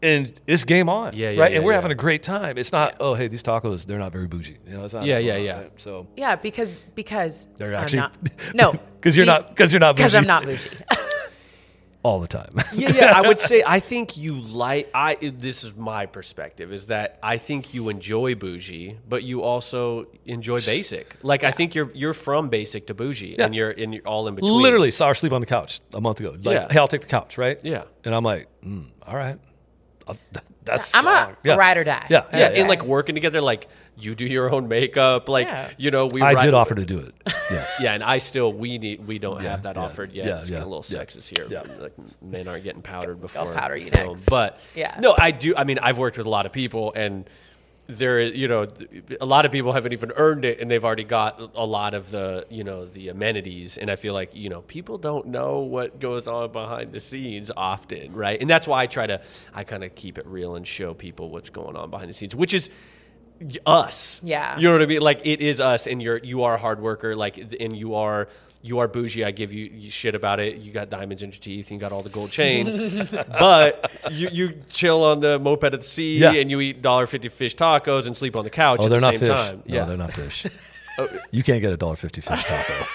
S4: and it's game on.
S3: Yeah, yeah,
S4: right.
S3: yeah,
S4: and we're
S3: yeah.
S4: having a great time. It's not, oh, hey, these tacos, they're not very bougie. You know, it's not
S3: Yeah, yeah,
S4: right?
S3: yeah.
S4: So
S2: Yeah, because because
S4: They're
S2: I'm
S4: actually-
S2: not, no
S4: because you're not because you're not
S2: because
S4: bougie
S2: I'm not bougie.
S4: all the time.
S3: yeah, yeah. I would say I think you like. I this is my perspective is that I think you enjoy bougie, but you also enjoy basic. Like I think you're you're from basic to bougie, and you're in you're all in between.
S4: Literally saw her sleep on the couch a month ago. Like,
S3: Yeah.
S4: hey, I'll take the couch, right?
S3: Yeah.
S4: And I'm like, mm, all right. I'll- That's
S2: I'm a
S4: strong. Yeah.
S2: ride or die.
S4: Yeah,
S3: yeah, and like working together, like you do your own makeup, like
S2: Yeah.
S3: you know we.
S4: I
S3: ride-
S4: did offer to do it. Yeah.
S3: Yeah, and I still we need we don't have that
S4: yeah,
S3: offered yet.
S4: yeah,
S3: it's getting a
S4: yeah,
S3: little
S4: yeah,
S3: sexist here.
S4: yeah.
S3: Like men aren't getting powdered before.
S2: powder you
S3: film.
S2: next.
S3: But
S2: Yeah.
S3: no, I do. I mean, I've worked with a lot of people, and there, you know, a lot of people haven't even earned it, and they've already got a lot of the, you know, the amenities. And I feel like you know people don't know what goes on behind the scenes often, right? And that's why I try to, I kind of keep it real and show people what's going on behind the scenes, which is us.
S2: Yeah.
S3: You know what I mean? Like it is us, and you're you are a hard worker. Like and you are you are bougie. I give you, you shit about it. You got diamonds in your teeth, and you got all the gold chains, but you you chill on the moped at the sea,
S4: Yeah.
S3: and you eat dollar fifty fish tacos and sleep on the couch.
S4: Oh,
S3: at
S4: they're
S3: the
S4: not
S3: same
S4: fish.
S3: Time.
S4: No, they're not fish. Oh. You can't get a dollar fifty fish taco.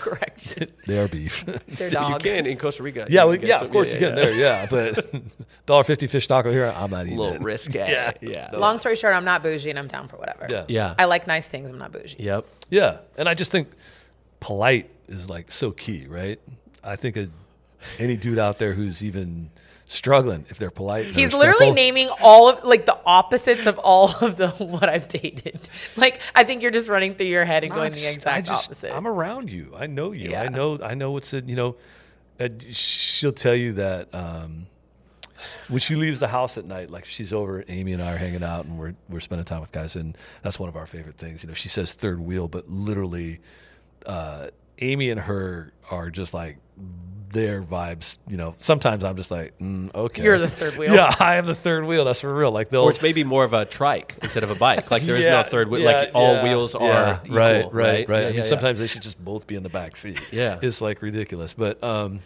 S2: Correction.
S4: they are beef.
S2: They're
S3: You
S2: dog.
S3: can in Costa Rica.
S4: yeah,
S3: You
S4: well,
S3: can get
S4: yeah,
S3: some-
S4: of course you
S3: yeah,
S4: can there. Yeah, but dollar fifty fish taco here, I'm not eating.
S3: yeah. Little
S4: it.
S3: risky.
S4: Yeah.
S3: yeah,
S2: Long story short, I'm not bougie and I'm down for whatever.
S4: Yeah.
S3: yeah.
S2: I like nice things. I'm not bougie.
S3: yep.
S4: Yeah, and I just think polite is like so key, right? I think a, any dude out there who's even struggling, if they're polite, and
S2: He's
S4: respectful-
S2: literally naming all of like the opposites of all of the what I've dated. Like I think you're just running through your head and going
S4: I
S2: the
S4: just-
S2: exact
S4: I just-
S2: opposite.
S4: I'm around you. I know you. I
S2: Yeah.
S4: know. I know what's in. You know, and she'll tell you that um, when she leaves the house at night, like she's over. Amy and I are hanging out, and we're we're spending time with guys, and that's one of our favorite things. You know, she says third wheel, but literally, uh, Amy and her are just like their vibes. You know, sometimes I'm just like, mm, okay,
S2: You're the third wheel.
S4: Yeah, I am the third wheel. That's for real. Like they'll
S3: Or it's maybe more of a trike instead of a bike. Like there is no
S4: yeah,
S3: third wheel.
S4: yeah,
S3: like all
S4: yeah,
S3: wheels are
S4: yeah,
S3: equal,
S4: right, right, right.
S3: Yeah,
S4: I mean,
S3: yeah, yeah.
S4: sometimes they should just both be in the back seat.
S3: Yeah.
S4: it's like ridiculous. But um,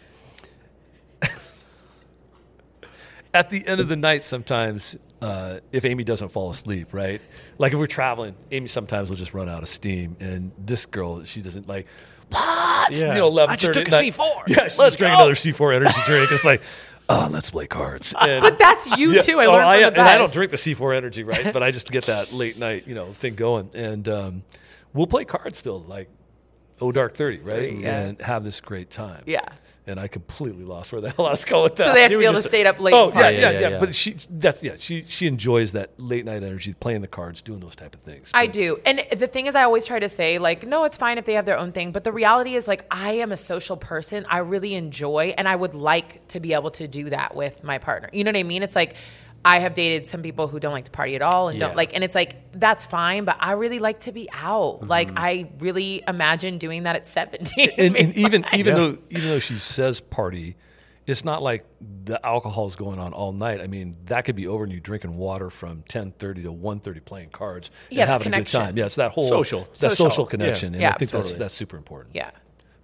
S4: at the end of the night, sometimes uh, if Amy doesn't fall asleep, right? Like if we're traveling, Amy sometimes will just run out of steam, and this girl, she doesn't like. What?
S3: Yeah.
S4: You know, eleven
S3: I just
S4: thirty
S3: took
S4: at
S3: a
S4: night.
S3: C4.
S4: Yeah,
S3: Let's
S4: she's just drank
S3: go.
S4: another C four energy drink. It's like, oh, let's play cards. And-
S2: but that's you
S4: yeah.
S2: too. I
S4: Oh,
S2: learned from the
S4: and I don't
S2: best.
S4: drink the C4 energy, right? but I just get that late night, you know, thing going. And um, we'll play cards still, like oh dark thirty, right?
S2: yeah.
S4: And have this great time.
S2: Yeah.
S4: And I completely lost where the hell I was going with that.
S2: they have to
S4: It
S2: be
S4: was
S2: able to
S4: just-
S2: stay up late
S4: Oh
S2: and
S4: yeah,
S2: party.
S4: yeah,
S3: Yeah,
S4: yeah,
S3: yeah, yeah.
S4: But she, that's yeah, she she enjoys that late night energy, playing the cards, doing those type of things.
S2: I
S4: But-
S2: do. And the thing is, I always try to say, like, no, it's fine if they have their own thing. But the reality is, like, I am a social person. I really enjoy, and I would like to be able to do that with my partner. You know what I mean? It's like, I have dated some people who don't like to party at all and
S3: Yeah.
S2: don't like, and it's like, that's fine, but I really like to be out. Like, I really imagine doing that at 70.
S4: Mm-hmm. and, and even even though even though she says party, it's not like the alcohol's going on all night. I mean, that could be over and you drinking water from ten thirty to one thirty playing cards and
S2: Yeah, it's
S4: having
S2: connection.
S4: a good time. Yeah, it's that whole
S3: Social.
S4: that
S3: Social.
S4: social, connection. And I
S2: Yeah,
S4: think that's
S2: absolutely.
S4: that's super important.
S2: yeah.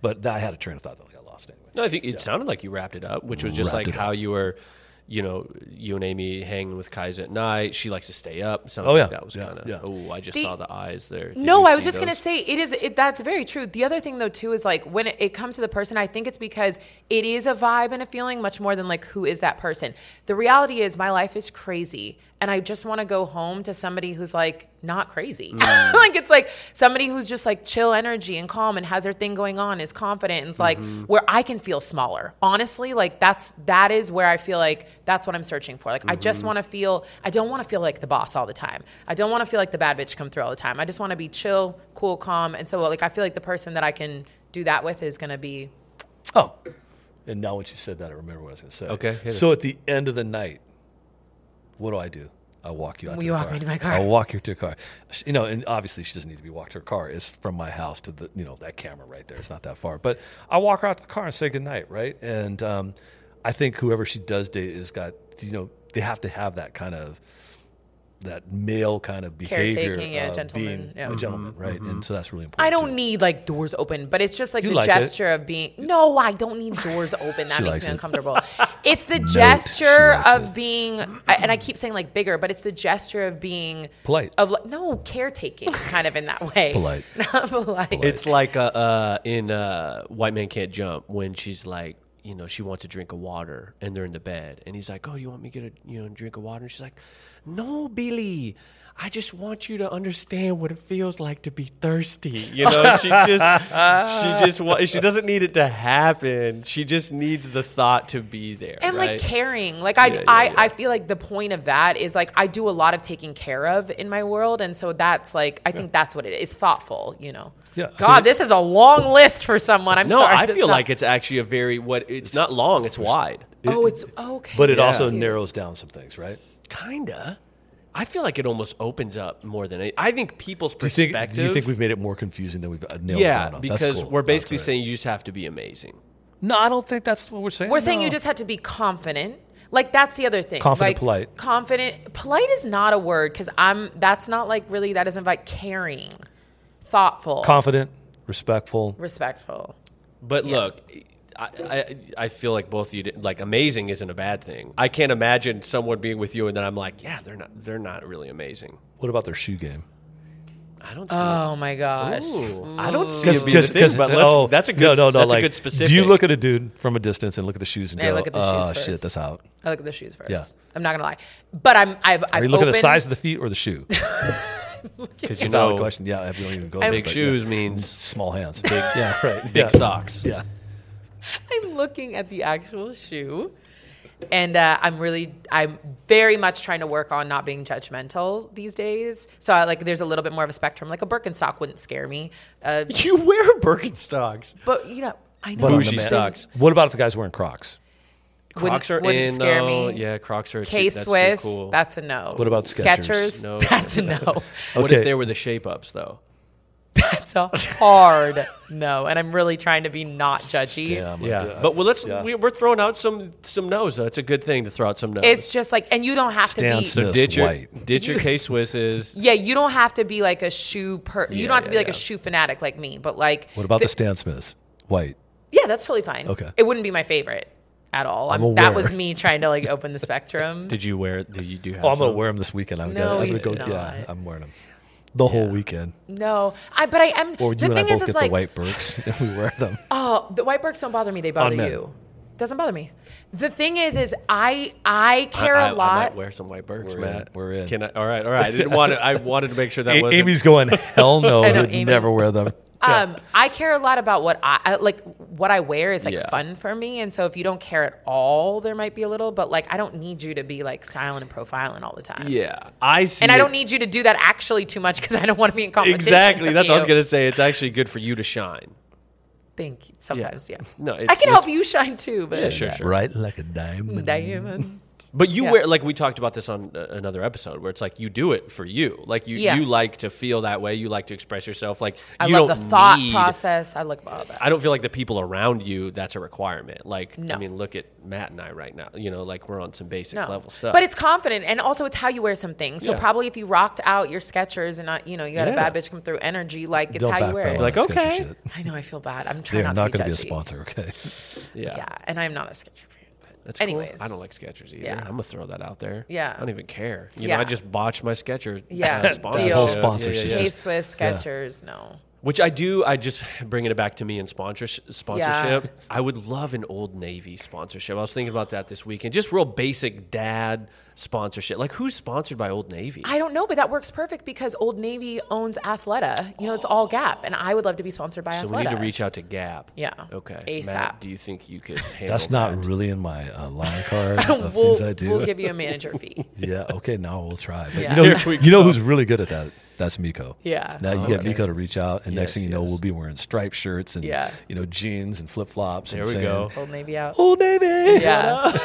S4: But I had a train of thought that I got lost anyway.
S3: No, I think it sounded like you wrapped it up, which was just like how you were, you know, you and Amy hanging with Kaiser at night. She likes to stay up. Sounded
S4: Oh,
S3: like
S4: yeah.
S3: that was
S4: Yeah,
S3: kind of.
S4: yeah.
S3: Oh, I just
S2: The-
S3: saw the eyes there. Did
S2: No,
S3: you
S2: I was
S3: see
S2: just gonna
S3: those?
S2: say it is. It, that's very true. The other thing though too is like when it, it comes to the person, I think it's because it is a vibe and a feeling much more than like who is that person. The reality is my life is crazy, and I just want to go home to somebody who's like not crazy. like it's like somebody who's just like chill energy and calm and has their thing going on, is confident, and it's like where I can feel smaller. Honestly, like that's that is where I feel like that's what I'm searching for. Like I just want to feel. I don't want to feel like the boss all the time. I don't want to feel like the bad bitch come through all the time. I just want to be chill, cool, calm, and so like I feel like the person that I can do that with is gonna be.
S4: Oh. And now when she said that I remember what I was gonna say.
S3: Okay, hit
S4: So at the end of the night, what do I do? I walk you out
S2: Will
S4: to
S2: you
S4: the
S2: walk
S4: car.
S2: me to my car?
S4: I walk you to a car. Sh- You know, and obviously she doesn't need to be walked to her car. It's from my house to the, you know, that camera right there. It's not that far. But I walk her out to the car and say goodnight, right? And um, I think whoever she does date has got, you know, they have to have that kind of that male kind of behavior,
S2: Caretaking, yeah,
S4: of
S2: gentleman,
S4: being
S2: yeah.
S4: a gentleman,
S3: Mm-hmm,
S4: right? And so that's really important.
S2: I
S4: too.
S2: don't need like doors open, but it's just like
S4: You
S2: the
S4: like it.
S2: gesture of being. No, I don't need doors open. That
S4: She
S2: makes
S4: likes it.
S2: me uncomfortable. it's the
S4: Note,
S2: gesture
S4: she likes
S2: of being, I- and I keep saying like bigger, but it's the gesture of being
S4: Polite.
S2: Of like, no caretaking, kind of in that way.
S4: Polite.
S2: not polite.
S3: It's like uh, uh, in uh, White Man Can't Jump when she's like, you know, she wants a drink of water and they're in the bed. And he's like, oh, you want me to get a you know, drink of water? And she's like, no, Billy. I just want you to understand what it feels like to be thirsty. You know, she just, she just, wa- she doesn't need it to happen. She just needs the thought to be there.
S2: and
S3: right?
S2: like caring like I,
S3: Yeah, yeah,
S2: I
S3: yeah.
S2: i feel like the point of that is like i do a lot of taking care of in my world and so that's like i think that's what it is thoughtful you know
S4: Yeah.
S2: god this is a long list for someone i'm
S3: No,
S2: sorry
S3: I
S2: that's
S3: feel
S2: not-
S3: like it's actually a very what. It's, not long. It's wide.
S2: oh it's okay
S4: But it also
S2: Cute.
S4: narrows down some things, right?
S3: Kinda. I feel like it almost opens up more than any- I think people's
S4: Do you think,
S3: perspective.
S4: do you think we've made it more confusing than we've uh, nailed it
S3: yeah,
S4: down on? That's
S3: because
S4: cool.
S3: we're
S4: That's
S3: basically
S4: all right.
S3: saying you just have to be amazing.
S4: no. I don't think that's what we're saying.
S2: we're saying you
S4: No.
S2: just had to be confident like that's the other thing
S4: Confident,
S2: like,
S4: polite.
S2: confident polite is not a word because i'm that's not like really that doesn't like caring thoughtful
S4: confident, respectful.
S2: respectful
S3: But look, I, I I feel like both of you did, like amazing isn't a bad thing. I can't imagine someone being with you and then I'm like, yeah, they're not they're not really amazing.
S4: What about their shoe game?
S3: I don't see.
S2: oh my gosh Mm.
S3: Ooh, I don't see it being a
S4: Just
S3: thing,
S4: because,
S3: but let's,
S4: oh,
S3: that's a good
S4: no, no, no.
S3: that's
S4: like,
S3: a good specific.
S4: do you look at a dude from a distance and look at the shoes and
S2: I
S4: go,
S2: look at the
S4: "Oh
S2: shoes first.
S4: shit, that's out."
S2: I look at the shoes first.
S4: Yeah.
S2: I'm not gonna lie, but I'm. I've, I've
S4: Are you looking at the
S2: opened-
S4: size of the feet or the shoe?
S3: because you
S4: Valid
S3: know
S4: question. Yeah, I don't even go.
S3: big
S4: but yeah.
S3: shoes means
S4: small hands. Big, yeah, right.
S3: big socks.
S4: Yeah.
S2: I'm looking at the actual shoe, and uh, I'm really, I'm very much trying to work on not being judgmental these days. So I like, there's a little bit more of a spectrum. Like a Birkenstock wouldn't scare me, uh,
S3: You wear Birkenstocks.
S2: but you know, I know
S4: But on the
S3: Bougie
S4: man-
S3: stocks.
S4: What about if the guy's wearing Crocs?
S3: Crocs are
S2: wouldn't, wouldn't
S3: in
S2: scare
S3: though.
S2: me.
S3: Yeah, Crocs are
S2: K
S3: too, that's too
S2: Swiss,
S3: cool.
S2: that's a no.
S4: What about Skechers?
S2: Skechers?
S3: No.
S2: That's a no.
S3: What if
S4: Okay.
S3: they were the shape ups though?
S2: that's a hard no. And I'm really trying to be not judgy.
S4: Damn, I do- I-
S3: uh, but well, let's
S4: yeah.
S3: we, we're throwing out some some no's. Though. It's a good thing to throw out some no's.
S2: It's just like, and you don't have
S4: Stan
S2: to be.
S4: Smith.
S3: so ditch your
S4: white.
S3: ditch your K Swisses.
S2: Yeah, you don't have to be like a shoe per. you
S3: Yeah,
S2: don't have to
S3: yeah,
S2: be like
S3: yeah.
S2: a shoe fanatic like me, but like.
S4: What about the, Stan Smiths? White.
S2: Yeah, that's totally fine.
S4: Okay.
S2: It wouldn't be my favorite at all.
S4: I'm
S2: I'm- that
S4: aware.
S2: was me trying to like open the spectrum.
S3: Did you wear? Did you do? Have
S4: Oh, I'm gonna
S3: some?
S4: wear them this weekend. I'm
S2: No,
S4: gonna, I'm
S2: he's
S4: gonna go, Yeah,
S2: not.
S4: I'm wearing them the whole weekend.
S2: no, I. But I am.
S4: Or you
S2: the
S4: and I
S2: thing is,
S4: both
S2: is
S4: get
S2: like,
S4: the white Birks and we wear them.
S2: oh, the white birks don't bother me. They bother
S4: men.
S2: you. Doesn't bother me. The thing is, is I I
S3: I-
S2: care
S3: I-
S2: a lot.
S3: I might wear some white Birks,
S4: We're in.
S3: Matt.
S4: We're in.
S3: Can I, all right, all right. I didn't want to. I wanted to make sure that
S4: A-
S3: wasn't.
S4: Amy's going, hell no,
S2: I know,
S4: would
S2: Amy.
S4: never wear them.
S2: Um, I care a lot about what I, I like. What I wear is like
S3: Yeah.
S2: fun for me, and so if you don't care at all, there might be a little. But like, I don't need you to be like silent and profiling all the time.
S3: yeah, I see.
S2: and I
S3: it-
S2: don't need you to do that actually too much because I don't want to be in competition.
S3: exactly.
S2: with
S3: That's what I was
S2: you.
S3: gonna say. It's actually good for you to shine.
S2: Think sometimes, yeah.
S3: No, it-
S2: I can
S3: that's-
S2: help you shine too, but
S3: Yeah, sure, sure.
S4: Bright like a diamond.
S2: Diamond.
S3: But you
S2: Yeah.
S3: wear like we talked about this on uh, another episode where it's like you do it for you. Like you
S2: Yeah.
S3: you like to feel that way. You like to express yourself. Like
S2: I
S3: you
S2: love the
S3: don't
S2: thought
S3: need-
S2: process. I love all that.
S3: I don't feel like the people around you that's a requirement. Like I
S2: No.
S3: mean, look at Matt and I right now. You know, like we're on some basic
S2: No,
S3: level stuff.
S2: but it's confident, and also it's how you wear some things. So
S3: Yeah.
S2: probably if you rocked out your Skechers and not, you know, you had a
S3: Yeah.
S2: bad bitch come through energy, like it's
S4: Don't
S2: how you wear
S4: backpedal
S2: it.
S4: on
S3: Like,
S4: this kind of
S3: okay.
S4: shit.
S2: I know I feel bad. I'm
S4: They
S2: trying
S4: are
S2: not,
S4: not
S2: to
S4: going to
S2: be,
S4: be a
S2: judgy.
S4: sponsor, okay?
S3: yeah.
S2: Yeah. and I'm not a Skechers fan. But
S3: That's cool.
S2: anyways,
S3: I don't like Skechers either.
S2: Yeah.
S3: I'm gonna throw that out there.
S2: Yeah.
S3: I don't even care. You know,
S2: Yeah.
S3: I just botched my Skechers.
S2: Yeah,
S3: uh,
S2: That whole
S4: sponsorship.
S3: Yeah, yeah, yeah.
S2: K Swiss Skechers. No,
S3: Which I do. I just bringing it back to me in sponsors, sponsorship. I would love an old Navy sponsorship. I was thinking about that this weekend. Just real basic dad sponsorship. Like who's sponsored by Old Navy?
S2: I don't know, but that works perfect because Old Navy owns Athleta. You know, it's all Gap, and I would love to be sponsored by
S3: so
S2: Athleta.
S3: we need to reach out to Gap.
S2: Yeah.
S3: Okay.
S2: ASAP.
S3: Matt, do you think you could handle
S4: That's
S3: that?
S4: not really in my uh, line card of
S2: we'll,
S4: things I do.
S2: we'll give you a manager fee.
S4: Yeah. Okay. Now we'll try. But you
S2: Yeah.
S4: know,
S3: Here we
S4: you know who's really good at that? That's Miko.
S2: Yeah.
S4: Now you get Miko to reach out, and next
S3: Yes,
S4: thing you know,
S3: yes.
S4: we'll be wearing striped shirts and
S2: Yeah.
S4: you know jeans and flip flops.
S3: There
S4: and
S3: we
S4: saying,
S3: go.
S2: Old Navy out.
S4: Old Navy.
S2: Yeah.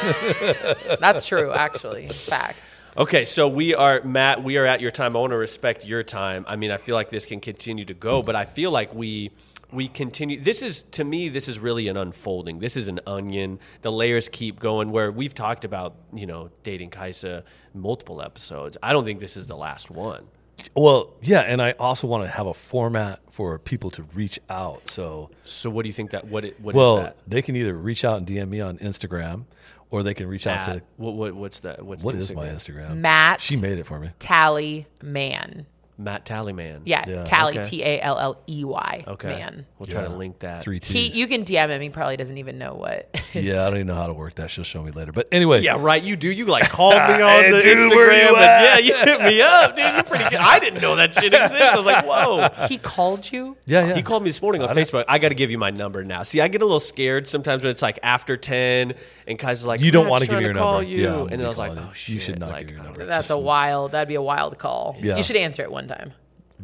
S2: That's true, actually. Facts.
S3: Okay, so we are Matt. We are at your time. I want to respect your time. I mean, I feel like this can continue to go, but I feel like we we continue this is to me this is really an unfolding this is an onion the layers keep going where we've talked about you know dating kaisa multiple episodes i don't think this is the last one
S4: Well, yeah, and I also want to have a format for people to reach out. So,
S3: so what do you think that what it, what is
S4: well,
S3: that
S4: they can either reach out and DM me on Instagram, or they can reach out
S3: At-
S4: to
S3: what, what what's that what's
S4: what
S3: the
S4: is
S3: Instagram?
S4: my Instagram?
S2: Matt.
S4: She made it for me.
S2: Tally Man.
S3: matt tallyman
S2: Yeah,
S4: Yeah.
S2: Tally,
S3: Okay.
S2: T A L L E Y.
S3: okay
S2: Man.
S3: we'll try to
S4: Yeah.
S3: link that
S4: Three T's.
S2: He, you can DM him. He probably doesn't even know what.
S4: yeah, I don't even know how to work that. She'll show me later. But anyway,
S3: Yeah, right. You do. You like called me on the
S4: dude,
S3: Instagram.
S4: where you
S3: and,
S4: at?
S3: yeah, you hit me up, dude. You're pretty good. I didn't know that shit exists. I was like, whoa.
S2: he called you?
S4: yeah, yeah.
S3: He called me this morning on Facebook. I got to give you my number now. See, I get a little scared sometimes when it's like after ten, and Kai's like,
S4: You don't
S3: "Matt's
S4: want to give
S3: trying
S4: your
S3: call
S4: number.
S3: You.
S4: Yeah, I'm
S3: and then
S4: gonna be
S3: I was like,
S4: calling
S3: oh
S4: it.
S3: shit,
S4: You should not
S3: like,
S4: give your number.
S2: That's a wild. That'd be a wild call.
S4: Yeah.
S2: You should answer it one time.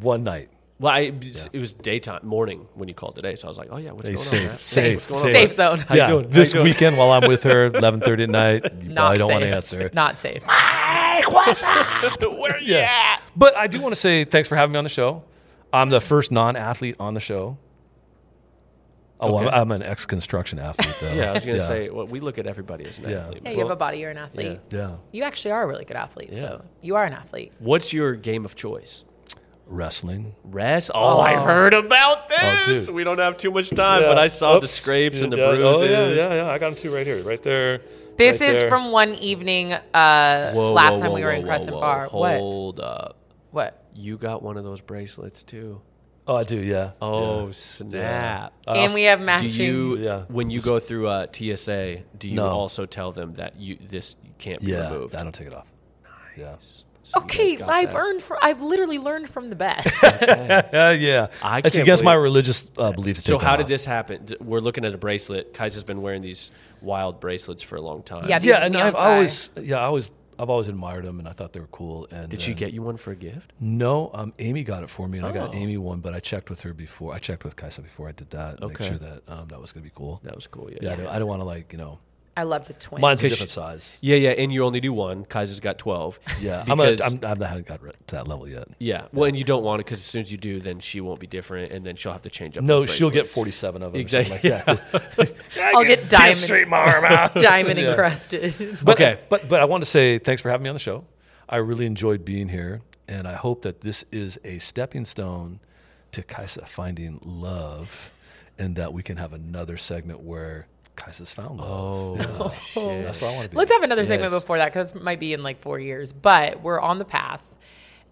S4: one night.
S3: Well, I, it was daytime, morning when you called today, so I was like, oh yeah, what's
S4: Hey,
S3: going on?
S4: safe,
S3: Matt?
S4: safe,
S3: What's going on?
S2: Safe zone.
S3: doing?
S4: yeah,
S3: How you
S4: this
S3: doing?
S4: weekend while I'm with her, eleven thirty at night, you
S2: Not
S4: probably don't
S2: safe.
S4: want to answer.
S2: Not safe.
S3: Where you at?
S4: yeah. But I do want to say thanks for having me on the show. I'm the first non-athlete on the show. Oh, I'm, I'm an ex-construction athlete, though.
S3: Yeah, I was gonna say, well, we look at everybody as an
S4: Yeah.
S3: athlete.
S2: Yeah, you have a body. You're an athlete.
S4: yeah,
S2: You actually are a really good athlete. So you are an athlete.
S3: What's your game of choice?
S4: wrestling.
S3: Rest. Oh, I heard about
S4: Oh,
S3: this.
S4: dude.
S3: we don't have too much time, but I saw the
S4: Oops.
S3: scrapes and the
S4: Yeah,
S3: bruises.
S4: Oh, yeah, yeah, yeah. I got them two right here, right there.
S2: This
S4: right
S2: is
S4: there.
S2: from one evening uh,
S3: Whoa,
S2: last
S3: whoa,
S2: time
S3: whoa,
S2: we were in
S3: whoa,
S2: Crescent
S3: whoa,
S2: Bar.
S3: whoa. Hold up.
S2: What? What?
S3: You got one of those bracelets too.
S4: Oh, I do. Yeah.
S3: Oh snap!
S2: and we have
S3: do
S2: matching.
S3: you
S4: Yeah.
S3: when you go through uh, TSA? Do you
S4: No.
S3: also tell them that you this can't be
S4: yeah.
S3: removed?
S4: I don't take it off. Yeah.
S2: okay, I've earned. From, I've literally learned from the best.
S4: Uh, yeah.
S3: I
S4: it's
S3: can't
S4: against my
S3: believe-
S4: religious uh, belief. To
S3: So
S4: take
S3: how
S4: them
S3: did
S4: off.
S3: this happen? D- We're looking at a bracelet. Kaiser's been wearing these wild bracelets for a long time.
S2: Yeah,
S3: Did
S2: these
S4: Yeah, and I've
S2: neons
S4: always, yeah, I always, I've always admired them, and I thought they were cool. And
S3: she get you one for a gift?
S4: No, um, Amy got it for me, and I
S3: Oh.
S4: got Amy one, but I checked with her before. I checked with Kaisa before I did that. Make
S3: Okay.
S4: sure that um, that was going to be cool.
S3: That was cool. Yeah.
S4: Yeah, I don't, I don't want to like you know.
S2: I love to twin.
S4: Mine's a
S3: Cause
S4: different
S3: she-
S4: size.
S3: Yeah, yeah, and you only do one. Kaiser's got twelve.
S4: Yeah, I'm, a,
S3: because
S4: I'm, I'm I haven't got to that level yet.
S3: yeah. Well, and you don't want it because as soon as you do, then she won't be different, and then she'll have to change up.
S4: No,
S3: those
S4: she'll get
S3: bracelets.
S4: 47 of them.
S3: Exactly.
S4: Exactly. Like that.
S2: I'll get diamond, diamond encrusted.
S4: But,
S3: Okay.
S4: but but I want to say thanks for having me on the show. I really enjoyed being here, and I hope that this is a stepping stone to Kaisa finding love, and that we can have another segment where Kaisa's found love. Oh, that's what I want to be.
S2: Let's have another segment
S4: Yes.
S2: before that because might be in like four years, but we're on the path.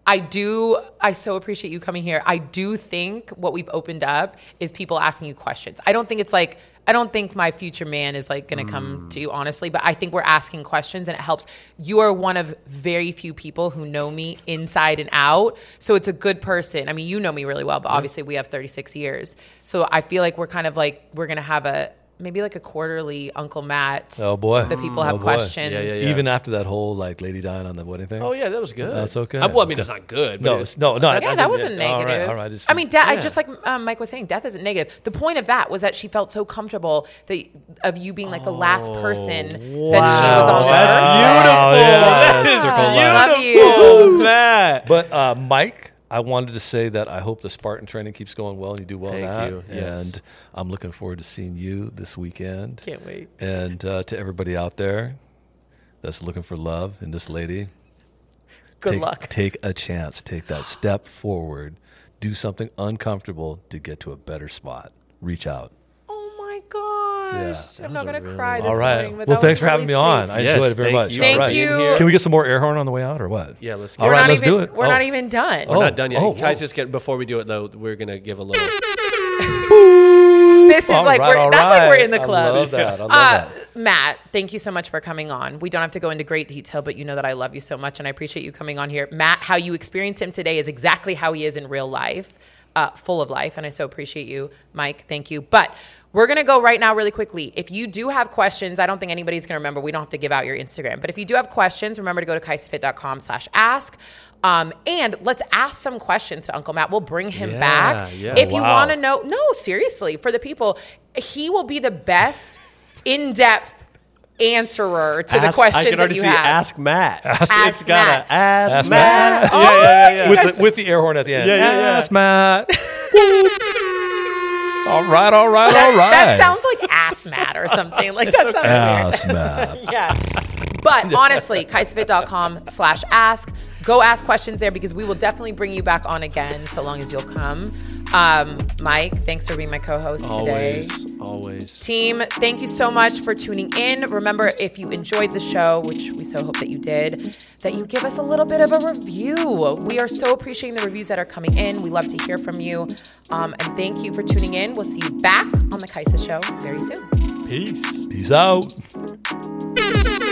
S2: I do. I so appreciate you coming here. I do think what we've opened up is people asking you questions. I don't think it's like I don't think my future man is like going to
S4: Mm.
S2: come to you honestly, but I think we're asking questions and it helps. You are one of very few people who know me inside and out, so it's a good person. I mean, you know me really well, but obviously we have 36 years, so I feel like we're kind of like we're going to have a maybe like a quarterly Uncle Matt
S4: Oh boy,
S2: that people
S4: Mm,
S2: have
S4: oh, boy.
S2: questions.
S3: Yeah, yeah, yeah.
S4: Even after that whole like lady dying on the wedding thing.
S3: Oh yeah, that was good.
S4: That's okay.
S3: I, well, I mean, it's not good. But
S4: No, it's- no, no. I-
S2: Yeah,
S4: I
S2: that
S4: didn't-
S2: wasn't
S4: yeah,
S2: negative.
S4: All right, all right. it's-
S2: I mean, de- I
S3: Yeah.
S2: just like um, Mike was saying, death isn't negative. The point of that was that she felt so comfortable that of you being like the last
S4: Oh.
S2: person that she was on this
S4: That's
S2: earth.
S4: beautiful. Yeah, circle
S2: with.
S4: line.
S2: Love you.
S3: Matt.
S4: But uh, Mike, I wanted to say that I hope the Spartan training keeps going well and you do well. in
S3: Thank
S4: that.
S3: you, yes.
S4: And I'm looking forward to seeing you this weekend.
S2: Can't wait.
S4: And uh, to everybody out there that's looking for love and this lady,
S2: Good
S4: take,
S2: luck.
S4: Take a chance. Take that step forward. Do something uncomfortable to get to a better spot. Reach out.
S2: Oh my gosh,
S4: Yeah.
S2: I'm not gonna cry this
S4: All right.
S2: morning. but
S4: Well,
S2: that was
S4: thanks for having
S2: really
S4: me on.
S2: sweet.
S4: I
S3: Yes,
S4: enjoyed it very
S3: thank
S4: much.
S3: you.
S4: All
S2: Thank
S4: right.
S2: you.
S4: Can we get some more air horn on the way out or what?
S3: Yeah, let's get it.
S4: All
S2: We're
S4: right,
S2: not
S4: let's
S2: even,
S4: do it.
S2: We're
S4: Oh.
S2: not even done.
S3: We're
S4: Oh.
S3: not done yet.
S4: oh,
S3: Guys,
S4: oh.
S3: just get before we do it though. We're gonna give a little.
S2: This is
S4: All
S2: like
S4: right,
S2: we're,
S4: all
S2: that's like we're
S4: right.
S2: in the
S4: I
S2: club.
S4: love that. I love
S2: Uh,
S4: that.
S2: Matt, thank you so much for coming on. We don't have to go into great detail, but you know that I love you so much and I appreciate you coming on here. Matt, how you experienced him today is exactly how he is in real life, uh, full of life. And I so appreciate you, Mike. Thank you. But we're going to go right now, really quickly. If you do have questions, I don't think anybody's going to remember. We don't have to give out your Instagram. But if you do have questions, remember to go to kaisafit.com slash ask. Um, and let's ask some questions to Uncle Matt. We'll bring him
S3: Yeah,
S2: back.
S3: yeah.
S2: If you
S4: Wow.
S2: want to no, no, seriously, for the people, he will be the best in depth answerer to the
S3: Ask-
S2: questions
S3: I can
S2: that
S3: already
S2: you
S3: see
S2: have.
S3: ask Matt. Ask,
S2: Ask Matt. Oh,
S3: gotta ask,
S4: Ask
S3: Matt.
S4: Matt.
S3: Yeah, yeah, yeah, yeah.
S4: With the, with the air horn at the end.
S3: Yeah, yeah, yeah.
S4: Yes, Matt. All right, all right, all right.
S2: That sounds like ass mat or something. Like that sounds weird.
S4: ass map.
S2: Yeah. But honestly, kaisafit.com slash ask. Go ask questions there because we will definitely bring you back on again so long as you'll come. Um, Mike, thanks for being my co host today.
S3: Always, always.
S2: Team, thank you so much for tuning in. Remember, if you enjoyed the show, which we so hope that you did, that you give us a little bit of a review. We are so appreciating the reviews that are coming in. We love to hear from you. Um, and thank you for tuning in. We'll see you back on The Kaisa Show very soon.
S4: Peace out.
S5: Bye.